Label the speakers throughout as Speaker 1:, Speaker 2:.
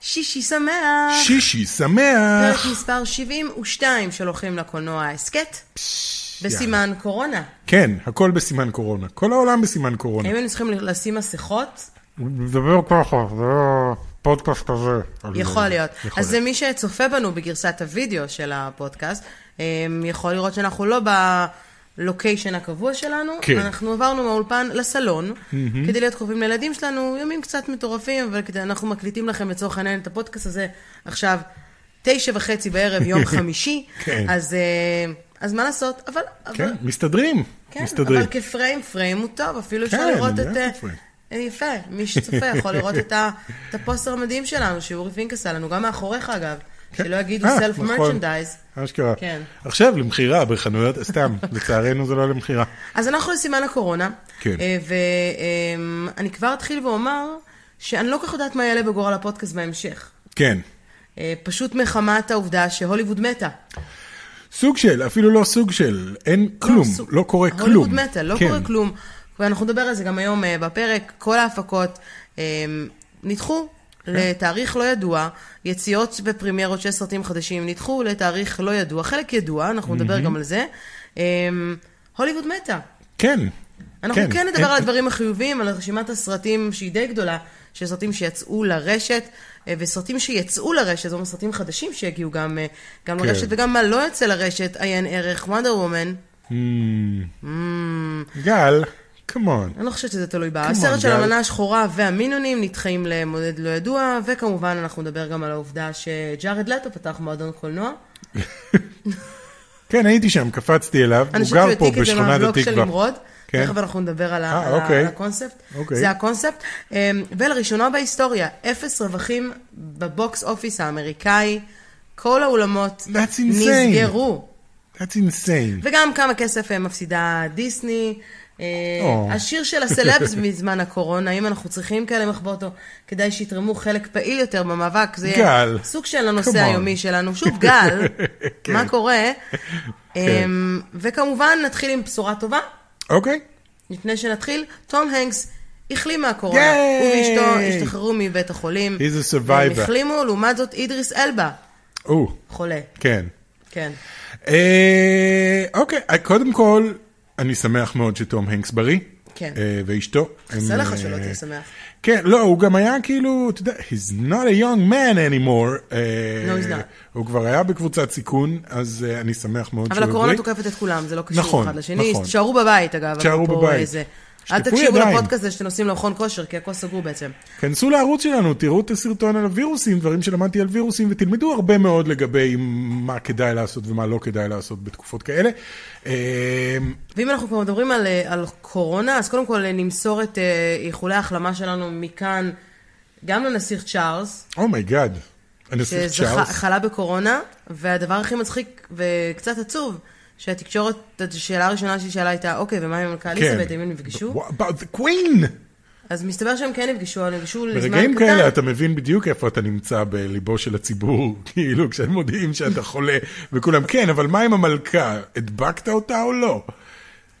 Speaker 1: שישי שמח!
Speaker 2: שישי
Speaker 1: פרק
Speaker 2: שמח!
Speaker 1: מספר 72 של הולכים לקולנוע ההסכת,
Speaker 2: יאללה.
Speaker 1: בסימן קורונה.
Speaker 2: כן, הכל בסימן קורונה. כל העולם בסימן קורונה.
Speaker 1: האם היינו צריכים לשים מסכות?
Speaker 2: דבר ככה, זה לא פודקאסט כזה.
Speaker 1: יכול להיות.
Speaker 2: יכול
Speaker 1: אז זה מי שצופה בנו בגרסת הוידאו של הפודקאסט, אמ, יכול לראות שאנחנו לא בלוקיישן הקבוע שלנו.
Speaker 2: כן.
Speaker 1: אנחנו עברנו מהאולפן לסלון, כדי להיות קרובים לילדים שלנו, ימים קצת מטורפים, אבל כדי- אנחנו מקליטים לכם לצורך העניין את הפודקאסט הזה עכשיו, תשע וחצי בערב, יום חמישי.
Speaker 2: כן.
Speaker 1: אז... אה, אז מה לעשות, אבל... אבל-
Speaker 2: כן, מסתדרים,
Speaker 1: כן,
Speaker 2: מסתדרים.
Speaker 1: אבל כפריים פריים הוא טוב, אפילו אפשר
Speaker 2: כן,
Speaker 1: לראות
Speaker 2: אני
Speaker 1: את...
Speaker 2: אוהב
Speaker 1: אה,
Speaker 2: כפריים.
Speaker 1: אה, יפה, מי שצופה יכול לראות את ה- את הפוסטר המדהים שלנו, שאורי פינקס עשה לנו, גם מאחוריך אגב,
Speaker 2: כן.
Speaker 1: שלא יגידו
Speaker 2: אה,
Speaker 1: סלף
Speaker 2: נכון.
Speaker 1: מרצ'נדייז.
Speaker 2: אשכרה.
Speaker 1: כן.
Speaker 2: עכשיו למכירה בחנויות, סתם, לצערנו זה לא למכירה.
Speaker 1: אז אנחנו לסימן הקורונה, אה,
Speaker 2: כן.
Speaker 1: ואני כבר אתחיל ואומר שאני לא כל כך יודעת מה יעלה בגורל הפודקאסט בהמשך.
Speaker 2: כן.
Speaker 1: אה, פשוט מחמת העובדה שהוליווד מתה.
Speaker 2: סוג של, אפילו לא סוג של, אין כלום,
Speaker 1: סוג-
Speaker 2: לא קורה כלום.
Speaker 1: הוליווד מתה, לא
Speaker 2: כן.
Speaker 1: קורה כלום. ואנחנו נדבר על זה גם היום אה, בפרק, כל ההפקות אה, נדחו
Speaker 2: כן.
Speaker 1: לתאריך לא ידוע, יציאות ופרימיירות של סרטים חדשים נדחו לתאריך לא ידוע, חלק ידוע, אנחנו נדבר גם על זה. אה, הוליווד מתה.
Speaker 2: כן. אה,
Speaker 1: אנחנו כן נדבר
Speaker 2: אין-
Speaker 1: על הדברים החיוביים, על רשימת הסרטים שהיא די גדולה, של סרטים שיצאו לרשת, אה, וסרטים שיצאו לרשת, זאת אומרת סרטים חדשים שיגיעו גם, אה, גם
Speaker 2: כן.
Speaker 1: לרשת, וגם מה לא יצא לרשת, עיין ערך, וונדר וומן. Mm.
Speaker 2: Hmm. גל, כמון.
Speaker 1: אני לא חושבת שזה תלוי בה.
Speaker 2: Come on,
Speaker 1: הסרט של
Speaker 2: גל.
Speaker 1: המנה השחורה והמינונים נדחים למודד לא ידוע, וכמובן אנחנו נדבר גם על העובדה שג'ארד לטו פתח מועדון קולנוע.
Speaker 2: כן, הייתי שם, קפצתי אליו,
Speaker 1: אני
Speaker 2: הוא
Speaker 1: חושבת שהוא
Speaker 2: גר פה
Speaker 1: העתיק את זה
Speaker 2: בשכונת
Speaker 1: מהבלוג של
Speaker 2: התקווה.
Speaker 1: נמרוד.
Speaker 2: כן.
Speaker 1: תכף אנחנו נדבר על ה-
Speaker 2: אה,
Speaker 1: על ה-
Speaker 2: אוקיי.
Speaker 1: על הקונספט.
Speaker 2: אוקיי.
Speaker 1: זה הקונספט. אמ, ולראשונה בהיסטוריה, אפס רווחים בבוקס אופיס האמריקאי. כל האולמות
Speaker 2: That's insane.
Speaker 1: נסגרו.
Speaker 2: That's insane.
Speaker 1: וגם כמה כסף אה, מפסידה דיסני. אה,
Speaker 2: או.
Speaker 1: השיר של הסלבס מזמן הקורונה, אם אנחנו צריכים כאלה מחבוטו, כדאי שיתרמו חלק פעיל יותר במאבק. זה יהיה
Speaker 2: גל.
Speaker 1: סוג של הנושא
Speaker 2: Come on. כן.
Speaker 1: היומי שלנו. שוב, גל, מה קורה? אמ, וכמובן, נתחיל עם בשורה טובה.
Speaker 2: אוקיי.
Speaker 1: לפני שנתחיל, תום הנקס החלים מהקורונה.
Speaker 2: ייי!
Speaker 1: הוא ואשתו השתחררו מבית החולים.
Speaker 2: He's a survivor.
Speaker 1: והם החלימו, לעומת זאת, אידריס אלבה
Speaker 2: או,
Speaker 1: חולה.
Speaker 2: כן.
Speaker 1: כן.
Speaker 2: אה, אוקיי, אה, קודם כל, אני שמח מאוד שתום הנקס בריא.
Speaker 1: כן.
Speaker 2: אה, ואשתו.
Speaker 1: חסר
Speaker 2: הם,
Speaker 1: לך שלא
Speaker 2: אה,
Speaker 1: תהיה שמח.
Speaker 2: כן, לא, הוא גם היה כאילו, אתה יודע, he's not a young man anymore. אה,
Speaker 1: No, he's not.
Speaker 2: הוא כבר היה בקבוצת סיכון, אז אה, אני שמח מאוד שהוא
Speaker 1: אבל הקורונה
Speaker 2: הבריא.
Speaker 1: תוקפת את כולם, זה לא קשור
Speaker 2: אוקיי? נכון,
Speaker 1: אחד לשני.
Speaker 2: נכון.
Speaker 1: תשארו בבית, אגב.
Speaker 2: תישארו
Speaker 1: אפרופו,
Speaker 2: בבית.
Speaker 1: אה, זה. אל
Speaker 2: שטפו
Speaker 1: תקשיבו
Speaker 2: ידיים.
Speaker 1: לפודקאסט הזה שאתם נוסעים למכון כושר, כי הכל סגור בעצם.
Speaker 2: כנסו לערוץ שלנו, תראו את הסרטון על הווירוסים, דברים שלמדתי על וירוסים, ותלמדו הרבה מאוד לגבי מה כדאי לעשות ומה לא כדאי לעשות בתקופות כאלה. אה,
Speaker 1: ואם אנחנו כבר מדברים על, אה, על קורונה, אז קודם כל אה, נמסור את אה, איחולי ההחלמה שלנו מכאן, גם לנסיך צ'ארלס,
Speaker 2: אומייגאד, הנסיך צ'ארלס.
Speaker 1: שחלה בקורונה, והדבר הכי מצחיק וקצת עצוב, שהתקשורת, השאלה הראשונה שהיא שאלה הייתה, אוקיי, ומה עם
Speaker 2: כן.
Speaker 1: המלכה אליסבת, אם הם נפגשו?
Speaker 2: What about the queen?
Speaker 1: אז מסתבר שהם כן נפגשו, אבל נפגשו לזמן קטן.
Speaker 2: ברגעים כאלה אתה מבין בדיוק איפה אתה נמצא בליבו של הציבור, כאילו כשהם מודיעים שאתה חולה, וכולם, כן, אבל מה עם המלכה? הדבקת אותה או לא?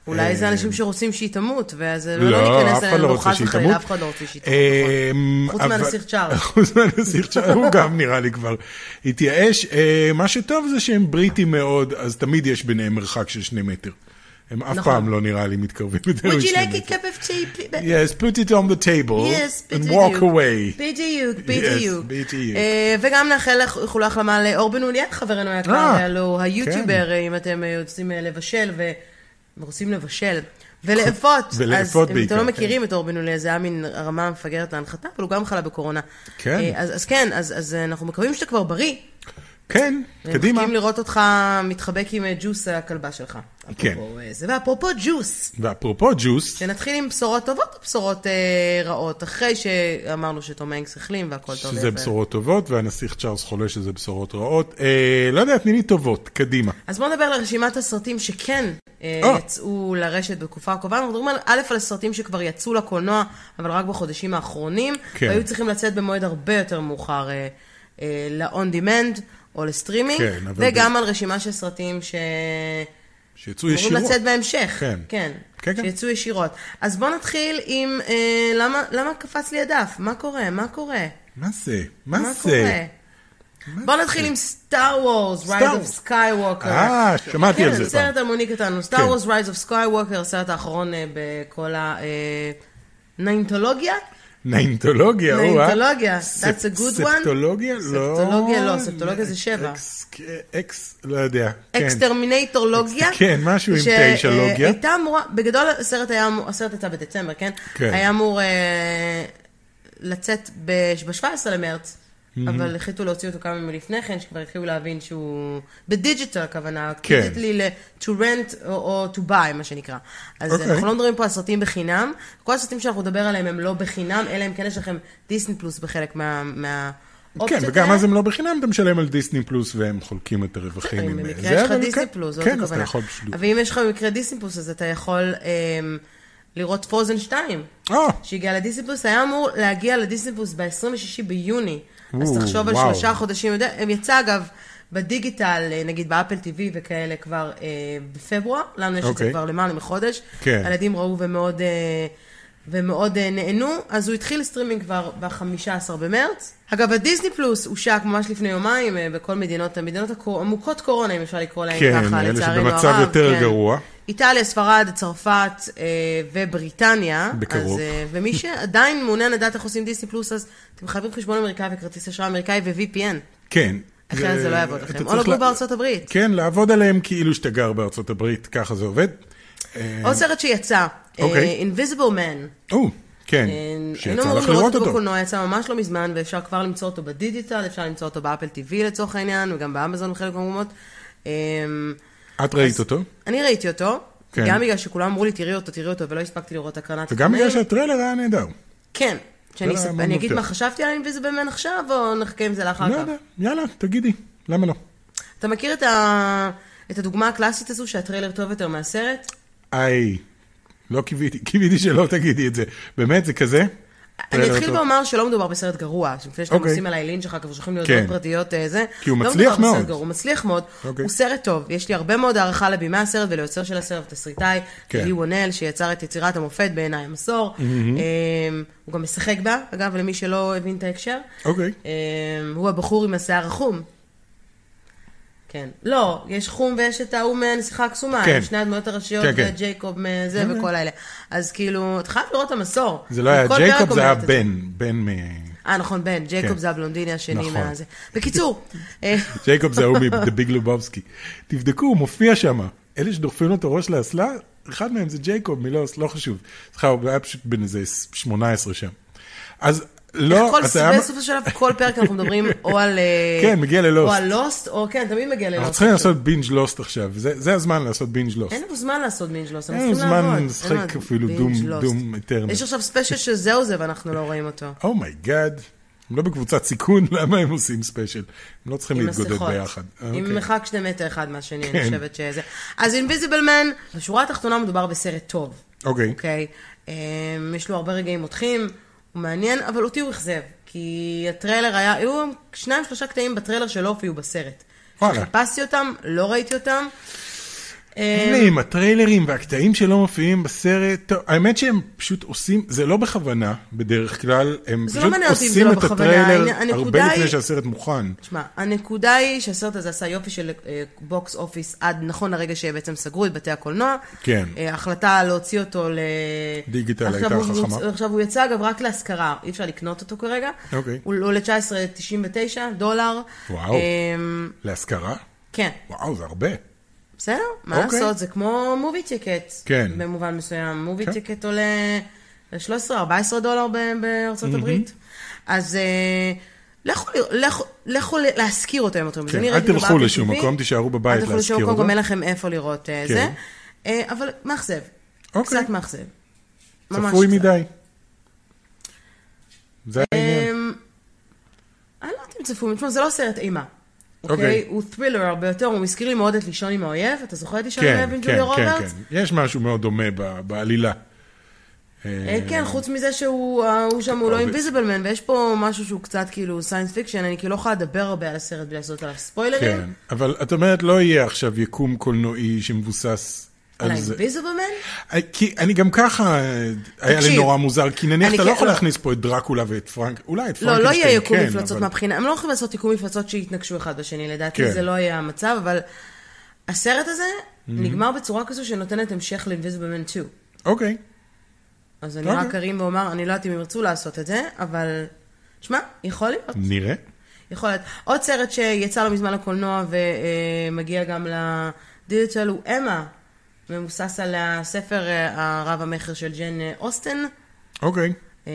Speaker 1: אולי זה אנשים שרוצים שהיא תמות, ואז לא,
Speaker 2: אה, לא,
Speaker 1: ניכנס
Speaker 2: אף אחד לא
Speaker 1: אלינו
Speaker 2: רוצה
Speaker 1: חס
Speaker 2: שהיא
Speaker 1: וחלילה,
Speaker 2: תמות.
Speaker 1: אף אחד לא רוצה שהיא תמות. נכון.
Speaker 2: אמ,
Speaker 1: חוץ
Speaker 2: אבל-
Speaker 1: מהנסיך צ'ארלס.
Speaker 2: חוץ מהנסיך צ'ארלס, הוא גם נראה לי כבר התייאש. אה, מה שטוב זה שהם בריטים מאוד, אז תמיד יש ביניהם מרחק של שני מטר. הם אף
Speaker 1: נכון.
Speaker 2: פעם לא נראה לי מתקרבים יותר
Speaker 1: Would you
Speaker 2: משני
Speaker 1: like a
Speaker 2: מטר.
Speaker 1: cup of tea? please?
Speaker 2: Yes, put it on the table
Speaker 1: Yes,
Speaker 2: and
Speaker 1: בדיוק.
Speaker 2: walk away.
Speaker 1: בדיוק, בדיוק.
Speaker 2: בדיוק.
Speaker 1: אה, וגם נאחל לך- איחולי החלמה לאור בן אוליאן, חברנו היקר,
Speaker 2: אה, כן.
Speaker 1: הלו היוטיובר, אם אתם אה, רוצים אה, לבשל ו... רוצים לבשל. ולאפות,
Speaker 2: ולאפות
Speaker 1: אז אם
Speaker 2: בעיקר,
Speaker 1: אתם לא
Speaker 2: כן.
Speaker 1: מכירים את אור בן אוליאל, זה היה מין הרמה המפגרת להנחתה, אבל הוא גם חלה בקורונה.
Speaker 2: כן.
Speaker 1: אה, אז אז כן, אז אז, אה, אנחנו מקווים שאתה כבר בריא,
Speaker 2: כן, קדימה.
Speaker 1: מחכים לראות אותך מתחבק עם אה, ג'וס הכלבה שלך.
Speaker 2: כן.
Speaker 1: אפרופו, אה, זה, ואפרופו ג'וס,
Speaker 2: ואפרופו ג'וס,
Speaker 1: שנתחיל עם בשורות טובות או בשורות אה, רעות, אחרי שאמרנו שתום הנקס החלים והכל טוב.
Speaker 2: שזה
Speaker 1: ויפה.
Speaker 2: בשורות טובות, והנסיך צ'ארלס חולה שזה בשורות רעות. אה, לא יודע, תני לי טובות, קדימה.
Speaker 1: אז בואו נדבר על רשימת הסרטים שכן אה,
Speaker 2: אה.
Speaker 1: יצאו לרשת בתקופה הקרובה. אנחנו מדברים על א' על הסרטים שכבר יצאו לקולנוע, אבל רק בחודשים האחרונים,
Speaker 2: כן.
Speaker 1: והיו צריכים לצאת במועד הרבה יותר מאוחר אה, אה, ל-on demand או לסטרימינג,
Speaker 2: כן, אבל
Speaker 1: וגם על רשימה של סרטים ש...
Speaker 2: שיצאו ישירות.
Speaker 1: אמורים לצאת בהמשך.
Speaker 2: כן.
Speaker 1: כן.
Speaker 2: כן, כן.
Speaker 1: שיצאו ישירות. אז בואו נתחיל עם אה, למה, למה קפץ לי הדף? מה קורה? מה קורה?
Speaker 2: מה זה? מה
Speaker 1: מה
Speaker 2: זה?
Speaker 1: קורה?
Speaker 2: מה
Speaker 1: בוא
Speaker 2: זה?
Speaker 1: נתחיל עם סטאר וורס, Rise
Speaker 2: Star
Speaker 1: of
Speaker 2: Wars.
Speaker 1: Skywalker.
Speaker 2: אה, שמעתי על
Speaker 1: כן,
Speaker 2: זה פעם.
Speaker 1: סרט אלמוני קטן,
Speaker 2: כן.
Speaker 1: סטאר וורס, Rise of Skywalker, הסרט האחרון אה, בכל ה... אה, ניינטולוגיה?
Speaker 2: נאינטולוגיה, או-אה.
Speaker 1: נאינטולוגיה,
Speaker 2: ספ-
Speaker 1: that's a good one.
Speaker 2: ספטולוגיה? לא.
Speaker 1: ספטולוגיה לא, ספטולוגיה זה שבע.
Speaker 2: אקס- אקס, לא יודע. כן.
Speaker 1: אקסטרמינטורלוגיה.
Speaker 2: אקס- כן, משהו עם
Speaker 1: ש-
Speaker 2: תשע
Speaker 1: אה,
Speaker 2: לוגיה.
Speaker 1: הייתה אמורה, בגדול הסרט היה אמור, הסרט יצא בדצמבר, כן?
Speaker 2: כן.
Speaker 1: היה אמור אה, לצאת ב-17 למרץ, אבל החליטו להוציא אותו כמה ימים לפני כן, שכבר התחילו להבין שהוא... בדיג'יטל הכוונה,
Speaker 2: כן.
Speaker 1: דיג'יטלי ל-to rent או- או to buy, מה שנקרא. אז
Speaker 2: אוקיי.
Speaker 1: אנחנו לא מדברים פה על סרטים בחינם, כל הסרטים שאנחנו נדבר עליהם הם לא בחינם, אלא אם כן יש לכם דיסני פלוס בחלק מה... מה...
Speaker 2: כן, וגם אז הם לא בחינם, אתה משלם על דיסני פלוס והם חולקים את הרווחים עם
Speaker 1: אם
Speaker 2: זה.
Speaker 1: אה, במקרה יש לך
Speaker 2: אבל
Speaker 1: דיסני
Speaker 2: כן,
Speaker 1: פלוס, זאת
Speaker 2: כן,
Speaker 1: הכוונה.
Speaker 2: אז אתה יכול פשוט...
Speaker 1: אבל אם יש לך במקרה דיסני פלוס, אז אתה יכול אמ, לראות פרוזן 2,
Speaker 2: אה,
Speaker 1: שהגיע לדיסני פלוס, היה אמור להגיע לדיסני פלוס ב-26 ביוני. אז
Speaker 2: או,
Speaker 1: תחשוב על
Speaker 2: וואו.
Speaker 1: שלושה חודשים, יודע- הם יצא אגב בדיגיטל, אה, נגיד באפל TV וכאלה כבר אה, בפברואר, לנו יש את זה
Speaker 2: אוקיי.
Speaker 1: כבר למעלה מחודש.
Speaker 2: כן.
Speaker 1: הילדים ראו ומאוד, אה, ומאוד אה, נהנו, אז הוא התחיל סטרימינג כבר ב-15 במרץ. אגב, הדיסני פלוס הושק ממש לפני יומיים אה, בכל מדינות, המדינות הקור... המוכות קורונה, אם אפשר לקרוא להן
Speaker 2: כן,
Speaker 1: אה, ככה,
Speaker 2: אלה
Speaker 1: לצערנו הרב. כן.
Speaker 2: שבמצב יותר גרוע.
Speaker 1: איטליה, ספרד, צרפת אה, ובריטניה.
Speaker 2: בקרוב.
Speaker 1: אז, אה, ומי שעדיין מעוניין לדעת איך עושים דיסני פלוס, אז אתם חייבים חשבון אמריקאי וכרטיס אשראי אמריקאי ו-VPN.
Speaker 2: כן.
Speaker 1: אחרת זה לא יעבוד
Speaker 2: אתה
Speaker 1: לכם. או
Speaker 2: צריך
Speaker 1: לגור
Speaker 2: לה-
Speaker 1: בארצות הברית.
Speaker 2: כן, לעבוד עליהם כאילו שאתה גר בארצות הברית, ככה זה עובד. אה,
Speaker 1: עוד סרט שיצא, אה,
Speaker 2: אוקיי.
Speaker 1: Invisible Man. אה,
Speaker 2: או, כן,
Speaker 1: אין- היינו
Speaker 2: שיצא לך
Speaker 1: אמורים לראות
Speaker 2: לראות
Speaker 1: אותו
Speaker 2: אותו.
Speaker 1: בקולנוע, יצא ממש לא מזמן, ואפשר כבר למצוא אותו בדיגיטל, אפשר למצוא אותו באפל TV לצורך העניין, וגם באמזון בחלק מהמקומות. אמ,
Speaker 2: את ראית אותו?
Speaker 1: אני ראיתי אותו,
Speaker 2: כן.
Speaker 1: גם בגלל שכולם אמרו לי, תראי אותו, תראי אותו, ולא הספקתי לראות הקרנת
Speaker 2: וגם
Speaker 1: עיתונאים.
Speaker 2: בגלל שהטריילר היה נהדר.
Speaker 1: כן. שאני
Speaker 2: זה
Speaker 1: אספ-
Speaker 2: היה מאוד
Speaker 1: אני אגיד
Speaker 2: מבטיח.
Speaker 1: מה חשבתי על אינביזיבל מן עכשיו, או נחכה עם זה לאחר
Speaker 2: לא
Speaker 1: כך?
Speaker 2: יודע, יאללה, תגידי, למה לא?
Speaker 1: אתה מכיר את ה- את הדוגמה הקלאסית הזו שהטריילר טוב יותר מהסרט?
Speaker 2: איי, לא קיוויתי, קיוויתי שלא תגידי את זה. באמת, זה כזה?
Speaker 1: אני
Speaker 2: טריילר
Speaker 1: אתחיל
Speaker 2: טוב.
Speaker 1: ואומר שלא מדובר בסרט גרוע, לפני שאתם
Speaker 2: אוקיי.
Speaker 1: עושים עליי לינץ' אחר כך ושולחים לי
Speaker 2: כן.
Speaker 1: הודעות פרטיות אה, זה.
Speaker 2: כי הוא
Speaker 1: לא
Speaker 2: מצליח
Speaker 1: מדובר בסרט
Speaker 2: מאוד.
Speaker 1: גרוע, הוא מצליח מאוד,
Speaker 2: אוקיי.
Speaker 1: הוא סרט טוב, יש לי הרבה מאוד הערכה לבימה הסרט וליוצר של הסרט, תסריטאי,
Speaker 2: כן.
Speaker 1: לי וונל, שיצר את יצירת המופת בעיניי המסור. אה, הוא גם משחק בה, אגב, למי שלא הבין את ההקשר.
Speaker 2: אוקיי.
Speaker 1: אה, הוא הבחור עם השיער החום. כן. לא, יש חום ויש את ההוא מהנסיכה הקסומה,
Speaker 2: כן.
Speaker 1: עם שני הדמויות הראשיות,
Speaker 2: כן, כן.
Speaker 1: וג'ייקוב מזה וכל האלה. אז כאילו, אתה חייב לראות את המסור.
Speaker 2: זה לא היה
Speaker 1: כל פרק
Speaker 2: ג'ייקוב, זה היה
Speaker 1: אומרת את
Speaker 2: בן, בן מ...
Speaker 1: אה, נכון, בן, ג'ייקוב
Speaker 2: כן.
Speaker 1: זה הבלונדיני השני
Speaker 2: נכון.
Speaker 1: מהזה. בקיצור, אה,
Speaker 2: ג'ייקוב זה ההוא מ-The Big Lebowski. תבדקו, הוא מופיע שם. אלה שדוחפים לו את הראש לאסלה, אחד מהם זה ג'ייקוב מלוס, לא חשוב. סליחה, הוא היה פשוט בן איזה 18 שם. אז לא,
Speaker 1: כל-
Speaker 2: אתה היה...
Speaker 1: בסופו של שלב, כל פרק אנחנו מדברים או על... אה,
Speaker 2: כן, מגיע ללוסט.
Speaker 1: או על לוסט, או כן, תמיד מגיע ללוסט.
Speaker 2: אנחנו צריכים לעשות בינג' לוסט עכשיו, זה זה הזמן לעשות בינג' לוסט.
Speaker 1: אין לנו זמן לעשות בינג' לוסט,
Speaker 2: אין
Speaker 1: אנחנו
Speaker 2: לנו
Speaker 1: צריכים
Speaker 2: זמן
Speaker 1: לעבוד. אין
Speaker 2: לשחק
Speaker 1: לנו-
Speaker 2: אפילו
Speaker 1: בינג'
Speaker 2: דום-
Speaker 1: לוסט.
Speaker 2: דום אטרנל.
Speaker 1: יש עכשיו ספיישל של זהו זה ואנחנו לא רואים אותו.
Speaker 2: אומייגאד, Oh הם לא בקבוצת סיכון, למה הם עושים ספיישל? הם לא צריכים
Speaker 1: עם
Speaker 2: להתגודד
Speaker 1: מסכות.
Speaker 2: ביחד. אה,
Speaker 1: עם
Speaker 2: אוקיי.
Speaker 1: מרחק שני מטר אחד מהשני,
Speaker 2: כן.
Speaker 1: אני חושבת שזה. אז אינביזיבל מן, בשורה התחתונה מדובר בסרט טוב,
Speaker 2: אוקיי,
Speaker 1: אוקיי? אמ, יש לו הרבה רגעים מותחים, הוא מעניין, אבל אותי הוא אכזב. כי הטריילר היה, היו שניים שלושה קטעים בטריילר שלא הופיעו בסרט.
Speaker 2: וואלה.
Speaker 1: חיפשתי אותם, לא ראיתי אותם. אמ,
Speaker 2: אלה עם הטריילרים והקטעים שלא מופיעים בסרט, טוב, האמת שהם פשוט עושים, זה לא בכוונה, בדרך כלל, הם
Speaker 1: זה לא
Speaker 2: פשוט
Speaker 1: מעניין אותי אם זה
Speaker 2: עושים
Speaker 1: לא
Speaker 2: את
Speaker 1: בכוונה,
Speaker 2: הטריילר
Speaker 1: העני- הנקודה
Speaker 2: הרבה לפני
Speaker 1: היא-
Speaker 2: שהסרט מוכן.
Speaker 1: תשמע, הנקודה היא שהסרט הזה עשה יופי של אה, בוקס אופיס עד נכון לרגע שבעצם סגרו את בתי הקולנוע.
Speaker 2: כן.
Speaker 1: אה, ההחלטה להוציא אותו ל...
Speaker 2: דיגיטל
Speaker 1: עכשיו
Speaker 2: הייתה
Speaker 1: הוא-
Speaker 2: חכמה.
Speaker 1: הוא- עכשיו הוא יצא אגב רק להשכרה, אי אפשר לקנות אותו כרגע.
Speaker 2: אוקיי.
Speaker 1: הוא עולה 19.99 דולר.
Speaker 2: וואו.
Speaker 1: אמ,
Speaker 2: להשכרה?
Speaker 1: כן,
Speaker 2: וואו, זה הרבה.
Speaker 1: בסדר, מה
Speaker 2: אוקיי.
Speaker 1: לעשות, זה כמו מובי טיקט.
Speaker 2: כן.
Speaker 1: במובן מסוים, מובי
Speaker 2: כן.
Speaker 1: טיקט עולה 13-14 דולר ב- בארצות הברית. אז... אה, לכו- לכו- לכו להשכיר אותו, אם אתם
Speaker 2: כן,
Speaker 1: אני
Speaker 2: אל
Speaker 1: ראיתי אותו
Speaker 2: תלכו
Speaker 1: באפל
Speaker 2: לשום
Speaker 1: TV.
Speaker 2: מקום, תישארו בבית
Speaker 1: אל תלכו לשום
Speaker 2: להשכיר
Speaker 1: מקום,
Speaker 2: אותו.
Speaker 1: גם אין לכם איפה לראות אה,
Speaker 2: כן.
Speaker 1: זה. אה, אבל מאכזב.
Speaker 2: אוקיי.
Speaker 1: קצת מאכזב. ממש
Speaker 2: צפוי
Speaker 1: קצת.
Speaker 2: מדי. זה העניין.
Speaker 1: אמ, אני לא יודעת אם צפוי, תשמע, זה לא סרט אימה.
Speaker 2: אוקיי.
Speaker 1: אוקיי? הוא ת'רילר הרבה יותר, הוא מזכיר לי מאוד את לישון עם האויב, אתה זוכר את לישון עם
Speaker 2: כן,
Speaker 1: האויב עם
Speaker 2: כן,
Speaker 1: ג'וליה
Speaker 2: כן,
Speaker 1: רוברטס?
Speaker 2: כן. יש משהו מאוד דומה ב- בעלילה.
Speaker 1: אה, כן, חוץ מזה שהוא אה, הוא שם, הוא לא
Speaker 2: אוקיי.
Speaker 1: אינביזיבל מן, ויש פה משהו שהוא קצת כאילו סיינס פיקשן, אני כאילו לא יכולה לדבר הרבה על הסרט בלי לעשות עליו
Speaker 2: כן,
Speaker 1: ספוילרים.
Speaker 2: אבל את אומרת, לא יהיה עכשיו יקום קולנועי שמבוסס
Speaker 1: על
Speaker 2: אז-
Speaker 1: האינביזיבל מן?
Speaker 2: אה, כי אני גם ככה, אה, היה לי
Speaker 1: תקשיב,
Speaker 2: נורא מוזר, כי נניח
Speaker 1: אני
Speaker 2: אתה לא
Speaker 1: כן-
Speaker 2: יכול
Speaker 1: לא.
Speaker 2: להכניס פה את דרקולה ואת פרנק, אולי את
Speaker 1: לא,
Speaker 2: פרנקנשטיין,
Speaker 1: לא יהיה יקום
Speaker 2: כן,
Speaker 1: מפלצות
Speaker 2: אבל-
Speaker 1: מהבחינה, הם לא יכולים לעשות יקום מפלצות שיתנגשו אחד בשני,
Speaker 2: כן. Mm-hmm.
Speaker 1: לדעתי זה לא יהיה המצב, אבל הסרט הזה נגמר בצורה כזו שנותנת המשך לאינביזיבל מן 2.
Speaker 2: אוקיי,
Speaker 1: אז אני
Speaker 2: אוקיי.
Speaker 1: רק ארים ואומר, אני לא יודעת אם הם ירצו לעשות את זה, אבל... שמע, יכול להיות.
Speaker 2: נראה.
Speaker 1: יכול להיות. עוד סרט שיצא לא מזמן לקולנוע ומגיע גם לדיגיטל הוא אמה, מבוסס על הספר אה, הרב המכר של ג'ן אה, אוסטן.
Speaker 2: אוקיי,
Speaker 1: אה,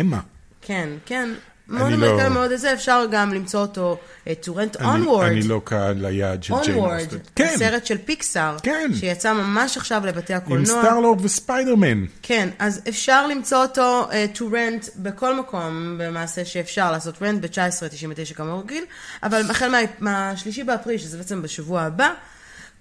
Speaker 2: אמה.
Speaker 1: כן, כן.
Speaker 2: אני
Speaker 1: מאוד
Speaker 2: לא-
Speaker 1: אמריקאי מאוד איזה, אפשר גם למצוא אותו, אה, to rent
Speaker 2: אני-
Speaker 1: onward.
Speaker 2: אני לא קהל היעד של ג'יין
Speaker 1: onward,
Speaker 2: אוסטן. כן,
Speaker 1: הסרט של פיקסאר,
Speaker 2: כן.
Speaker 1: שיצא ממש עכשיו לבתי
Speaker 2: עם
Speaker 1: הקולנוע.
Speaker 2: סטארלורד וספיידרמן.
Speaker 1: כן, אז אפשר למצוא אותו אה, to rent בכל מקום, במעשה שאפשר לעשות rent ב-19.99 כמרגיל, אבל החל מה- מהשלישי באפריל, שזה בעצם בשבוע הבא,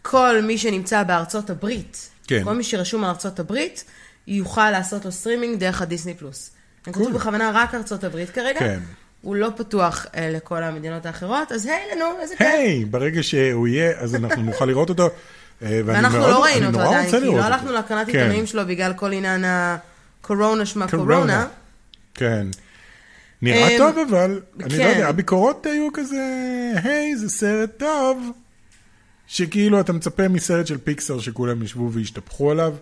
Speaker 1: כל מי שנמצא בארצות הברית,
Speaker 2: כן.
Speaker 1: כל מי שרשום על ארצות הברית, יוכל לעשות לו סטרימינג דרך הדיסני פלוס. הם כתבו
Speaker 2: Cool.
Speaker 1: בכוונה רק ארצות הברית כרגע,
Speaker 2: כן.
Speaker 1: הוא לא פתוח אה, לכל המדינות האחרות, אז היי לנו, איזה כיף.
Speaker 2: היי, ברגע שהוא יהיה, אז אנחנו נוכל לראות אותו. אה, ואני
Speaker 1: ואנחנו
Speaker 2: מאוד-
Speaker 1: לא
Speaker 2: אני
Speaker 1: ראינו אותו
Speaker 2: נורא
Speaker 1: עדיין,
Speaker 2: רוצה
Speaker 1: כי לא
Speaker 2: לראות
Speaker 1: הלכנו
Speaker 2: אותו.
Speaker 1: להקרנת
Speaker 2: כן,
Speaker 1: עיתונאים שלו בגלל כל עניין הקורונה שמה
Speaker 2: קורונה.
Speaker 1: קורונה.
Speaker 2: כן. נראה
Speaker 1: אמ,
Speaker 2: טוב, אבל, אני לא
Speaker 1: כן.
Speaker 2: יודע, הביקורות היו כזה, היי, זה סרט טוב, שכאילו אתה מצפה מסרט של פיקסר שכולם ישבו וישתפכו עליו,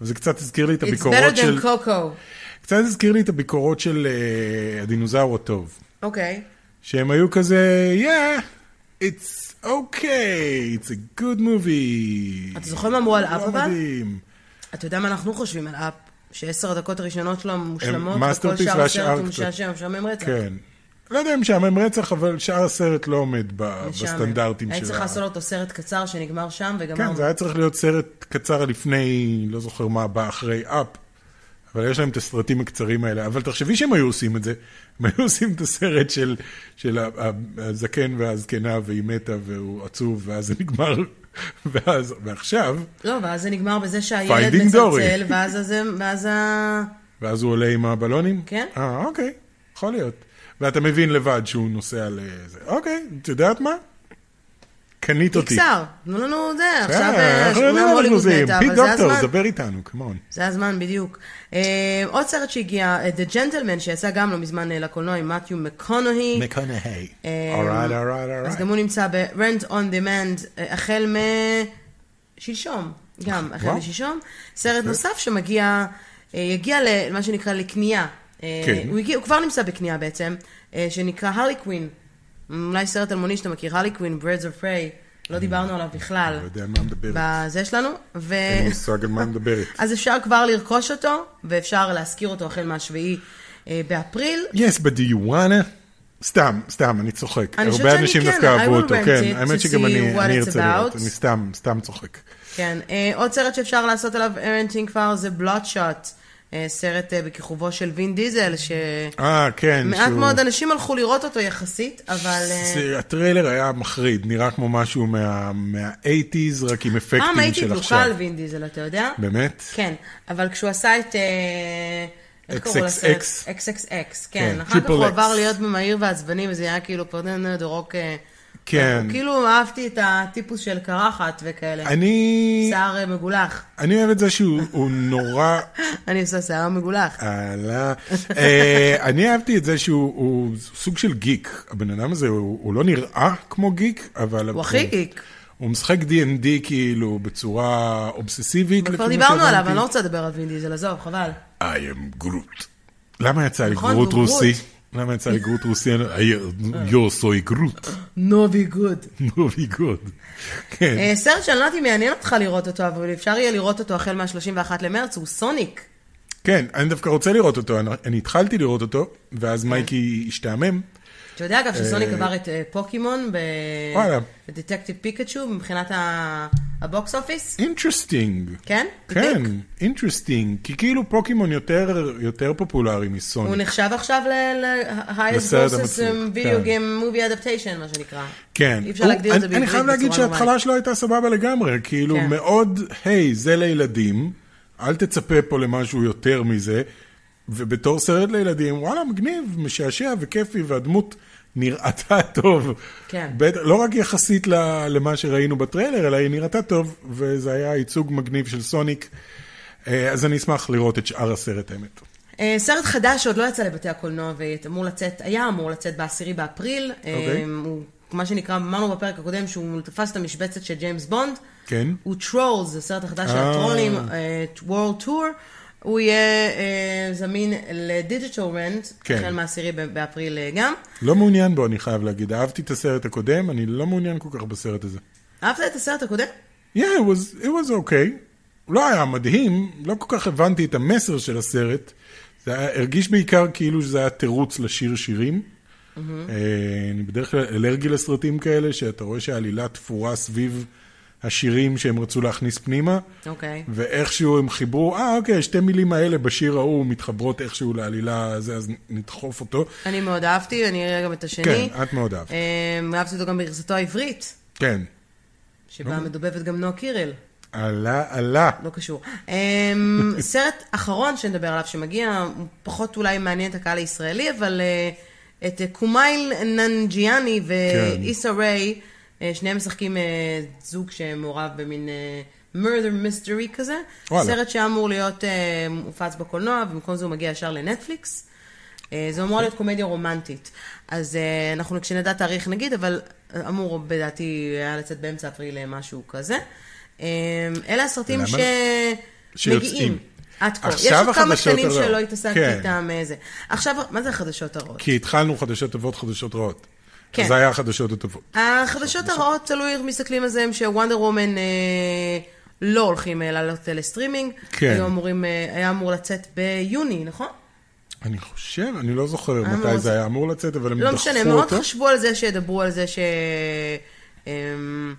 Speaker 2: אבל זה קצת הזכיר לי את
Speaker 1: It's
Speaker 2: הביקורות
Speaker 1: better
Speaker 2: של,
Speaker 1: than Coco.
Speaker 2: קצת הזכיר לי את הביקורות של אה, הדינוזאור הטוב,
Speaker 1: אוקיי.
Speaker 2: שהם היו כזה, yeah, it's okay, it's a good movie.
Speaker 1: אתה זוכר מה אמרו על אב
Speaker 2: לא
Speaker 1: אבל?
Speaker 2: מדהים.
Speaker 1: אתה יודע מה אנחנו חושבים על אפ? שעשר הדקות הראשונות שלו
Speaker 2: הם
Speaker 1: מושלמות, וכל
Speaker 2: masterpiece
Speaker 1: שאר
Speaker 2: והשאר
Speaker 1: הסרט הוא
Speaker 2: קצת.
Speaker 1: משעשע, משעמם רצח.
Speaker 2: כן. לא יודע אם משעמם רצח, אבל שאר הסרט לא עומד ב-
Speaker 1: משעמם.
Speaker 2: בסטנדרטים
Speaker 1: היה
Speaker 2: של
Speaker 1: צריך
Speaker 2: ה...
Speaker 1: לעשות אותו סרט קצר שנגמר שם וגמרנו.
Speaker 2: כן, זה היה צריך להיות סרט קצר לפני, לא זוכר מה בא אחרי אפ, אבל יש להם את הסרטים הקצרים האלה. אבל תחשבי שהם היו עושים את זה, הם היו עושים את הסרט של, של ה- ה- הזקן והזקנה, והיא מתה והוא עצוב, ואז זה נגמר, ואז, ועכשיו,
Speaker 1: לא, ואז זה נגמר בזה שהילד
Speaker 2: Finding
Speaker 1: מצלצל,
Speaker 2: Dory.
Speaker 1: ואז הזה, ואז ה...
Speaker 2: ואז הוא עולה עם הבלונים?
Speaker 1: כן.
Speaker 2: אה, אוקיי, יכול להיות. ואתה מבין לבד שהוא נוסע לזה. אוקיי, את יודעת מה? קנית אותי.
Speaker 1: פיקסאר, תנו לנו זה,
Speaker 2: כן,
Speaker 1: עכשיו אה,
Speaker 2: אנחנו
Speaker 1: שכולם
Speaker 2: יודעים מה אנחנו
Speaker 1: הוליווד
Speaker 2: עושים.
Speaker 1: נטע,
Speaker 2: פי
Speaker 1: אבל זה הזמן.
Speaker 2: דוקטור, דבר איתנו, כמובן.
Speaker 1: זה הזמן בדיוק. אה, עוד סרט שהגיע, אה, The Gentleman, שיצא גם לא מזמן אה, לקולנוע עם מתיו מקונוהי.
Speaker 2: מקונהי.
Speaker 1: אה,
Speaker 2: אורייט, אורייט, אורייט.
Speaker 1: אז גם הוא נמצא ב-Rent on Demand אה, החל משלשום, גם החל
Speaker 2: וואו.
Speaker 1: משלשום. סרט נוסף שמגיע, אה, יגיע למה שנקרא לקנייה. אה,
Speaker 2: כן.
Speaker 1: הוא הגיע- הוא כבר נמצא בקנייה בעצם, אה, שנקרא הרלי קווין. אולי סרט אלמוני שאתה מכיר, הרלי קווין, Birds of Prey. לא דיברנו עליו
Speaker 2: לא
Speaker 1: בכלל
Speaker 2: יודע על מה מדברת.
Speaker 1: בזה שלנו. ו-
Speaker 2: אין לי מושג על מה מדברת.
Speaker 1: אז אפשר כבר לרכוש אותו, ואפשר להשכיר אותו החל מהשביעי אה, באפריל.
Speaker 2: Yes, but do you wanna? סתם, סתם, אני צוחק.
Speaker 1: אני חושבת
Speaker 2: הרבה
Speaker 1: שאני
Speaker 2: אנשים
Speaker 1: כן,
Speaker 2: דווקא
Speaker 1: I
Speaker 2: אהבו
Speaker 1: will
Speaker 2: אותו,
Speaker 1: rent
Speaker 2: כן.
Speaker 1: it
Speaker 2: האמת
Speaker 1: to
Speaker 2: שגם
Speaker 1: see
Speaker 2: אני
Speaker 1: what
Speaker 2: אני
Speaker 1: it's
Speaker 2: ארצה לראות,
Speaker 1: about.
Speaker 2: אני סתם, סתם צוחק.
Speaker 1: כן, אה, עוד סרט שאפשר לעשות עליו ארנטינג כבר זה בלוטשוט, אה, סרט אה, בכיכובו של וין דיזל, שמעט
Speaker 2: אה, כן, שהוא-
Speaker 1: מאוד אנשים הלכו לראות אותו יחסית, אבל... אה,
Speaker 2: זה- הטריילר היה מחריד, נראה כמו משהו מה- מה-80's, רק עם
Speaker 1: פעם
Speaker 2: אפקטים
Speaker 1: הייתי
Speaker 2: של
Speaker 1: דרוכה על
Speaker 2: עכשיו.
Speaker 1: וין דיזל, אתה יודע?
Speaker 2: באמת?
Speaker 1: כן, אבל כשהוא עשה את... אה, איך קראו לסרט?
Speaker 2: XXX.
Speaker 1: XXX,
Speaker 2: כן,
Speaker 1: כן. אחר כך הוא
Speaker 2: Triple X.
Speaker 1: עבר להיות במהיר ועצבני, וזה היה כאילו פרטנר דורוק. אה,
Speaker 2: כן.
Speaker 1: הוא כאילו אהבתי את הטיפוס של קרחת וכאלה.
Speaker 2: אני
Speaker 1: שיער אה, מגולח.
Speaker 2: אני אוהב את זה שהוא הוא נורא
Speaker 1: אני עושה שיער מגולח.
Speaker 2: עלה. אה, אני אהבתי את זה שהוא הוא סוג של גיק. הבן אדם הזה, הוא הוא לא נראה כמו גיק, אבל...
Speaker 1: הוא הכי
Speaker 2: אוקיי.
Speaker 1: גיק.
Speaker 2: הוא משחק D&D כאילו בצורה אובססיבית.
Speaker 1: כבר
Speaker 2: לפי מה
Speaker 1: דיברנו עליו,
Speaker 2: שהבנתי.
Speaker 1: אני לא רוצה לדבר על וין דיזל, עזוב, חבל.
Speaker 2: I am גרוט. למה יצא לי
Speaker 1: נכון,
Speaker 2: גרוט
Speaker 1: הוא גרוט.
Speaker 2: רוסי? למה יצא לי גרוט רוסי? I- You're so גרוט.
Speaker 1: נובי גוד.
Speaker 2: נו, ביגוד. כן.
Speaker 1: סרט שאני לא יודעת אם יעניין אותך לראות אותו, אבל אפשר יהיה לראות אותו החל מה-31 למרץ, הוא סוניק.
Speaker 2: כן, אני דווקא רוצה לראות אותו. אני- אני התחלתי לראות אותו, ואז
Speaker 1: כן.
Speaker 2: מייקי השתעמם.
Speaker 1: אתה יודע אגב שסוניק עבר את אה, פוקימון ב-
Speaker 2: וואלה.
Speaker 1: בדטקטיב פיקצ'ו מבחינת ה- הבוקס אופיס?
Speaker 2: אינטרסטינג.
Speaker 1: כן?
Speaker 2: כן,
Speaker 1: בדיוק.
Speaker 2: אינטרסטינג, כי כאילו פוקימון יותר, יותר פופולרי מסוני.
Speaker 1: הוא נחשב עכשיו ל-highest
Speaker 2: לסרט
Speaker 1: grosses
Speaker 2: המצליח,
Speaker 1: video
Speaker 2: כן.
Speaker 1: game movie adaptation, מה שנקרא.
Speaker 2: כן.
Speaker 1: אי אפשר
Speaker 2: הוא-
Speaker 1: להגדיר את זה
Speaker 2: אני- אני
Speaker 1: בעברית
Speaker 2: חייב להגיד
Speaker 1: בצורה
Speaker 2: שההתחלה
Speaker 1: נורמלית.
Speaker 2: שלו הייתה סבבה לגמרי, כאילו
Speaker 1: כן.
Speaker 2: מאוד, היי, זה לילדים, אל תצפה פה למשהו יותר מזה, ובתור סרט לילדים, וואלה, מגניב, משעשע וכיפי, והדמות נראתה טוב.
Speaker 1: כן.
Speaker 2: בטח- לא רק יחסית ל- למה שראינו בטריילר, אלא היא נראתה טוב, וזה היה ייצוג מגניב של סוניק. אה, אז אני אשמח לראות את שאר הסרט, האמת.
Speaker 1: אה, סרט חדש שעוד לא יצא לבתי הקולנוע ואמור לצאת, היה אמור לצאת בעשירי באפריל. אה,
Speaker 2: אוקיי.
Speaker 1: הוא, מה שנקרא, אמרנו בפרק הקודם שהוא תפס את המשבצת של ג'יימס בונד.
Speaker 2: כן.
Speaker 1: הוא טרולס, זה הסרט החדש של
Speaker 2: אה.
Speaker 1: הטרולים, אה, World Tour. הוא יהיה אה, זמין לדיג'יטל רנט,
Speaker 2: כן.
Speaker 1: החל מהעשירי ב- באפריל אה, גם.
Speaker 2: לא מעוניין בו, אני חייב להגיד. אהבתי את הסרט הקודם, אני לא מעוניין כל כך בסרט הזה.
Speaker 1: אהבת את הסרט הקודם?
Speaker 2: Yeah, it was, it was okay. הוא לא היה מדהים, לא כל כך הבנתי את המסר של הסרט. זה היה, הרגיש בעיקר כאילו שזה היה תירוץ לשיר שירים. Mm-hmm. אני בדרך כלל אלרגי לסרטים כאלה, שאתה רואה שהעלילה תפורה סביב השירים שהם רצו להכניס פנימה,
Speaker 1: אוקיי.
Speaker 2: ואיכשהו הם חיברו, אה, אוקיי, שתי מילים האלה בשיר ההוא מתחברות איכשהו לעלילה הזה, אז נדחוף אותו.
Speaker 1: אני מאוד אהבתי, אני אראה גם את השני.
Speaker 2: כן, את מאוד אהבת.
Speaker 1: אה, אהבתי אותו גם בגרסתו העברית,
Speaker 2: כן.
Speaker 1: שבה מדובבת גם נועה קירל.
Speaker 2: עלה, עלה.
Speaker 1: לא קשור. אמ, סרט אחרון שנדבר עליו שמגיע, הוא פחות אולי מעניין את הקהל הישראלי, אבל אה, את אה, קומייל ננג'יאני ואיסה ריי, אה, שניהם משחקים אה, זוג שמעורב במין אה, murder mystery כזה.
Speaker 2: וואלה.
Speaker 1: סרט שאמור להיות אה, מופץ בקולנוע, במקום זה הוא מגיע ישר לנטפליקס. אה, זה אמור להיות קומדיה רומנטית. אז אה, אנחנו כשנדע תאריך נגיד, אבל אה, אמור בדעתי היה לצאת באמצע אפריל אה, משהו כזה. אה, אלה הסרטים
Speaker 2: למה? לא?
Speaker 1: שמגיעים.
Speaker 2: שיוצאים.
Speaker 1: עד כה. יש
Speaker 2: עכשיו
Speaker 1: עוד כמה
Speaker 2: החדשות
Speaker 1: קטנים
Speaker 2: הרעות.
Speaker 1: שלא התעסקתי
Speaker 2: כן.
Speaker 1: איתם. אה, זה. עכשיו, מה זה החדשות הרעות?
Speaker 2: כי התחלנו חדשות טובות, חדשות רעות.
Speaker 1: כן.
Speaker 2: אז זה היה החדשות הטובות.
Speaker 1: החדשות
Speaker 2: נכון.
Speaker 1: הרעות, תלוי איך מסתכלים על זה, הם שוונדר וומן אה, לא הולכים אה, לעלות אה, לסטרימינג.
Speaker 2: כן.
Speaker 1: היו אמורים, אה, היה אמור לצאת ביוני, נכון?
Speaker 2: אני חושב, אני לא זוכר
Speaker 1: אמור
Speaker 2: מתי
Speaker 1: לצאת.
Speaker 2: זה היה אמור לצאת, אבל הם
Speaker 1: לא
Speaker 2: דחפו
Speaker 1: משנה, מאוד
Speaker 2: אותו,
Speaker 1: חשבו על זה שידברו על זה ש... אמ,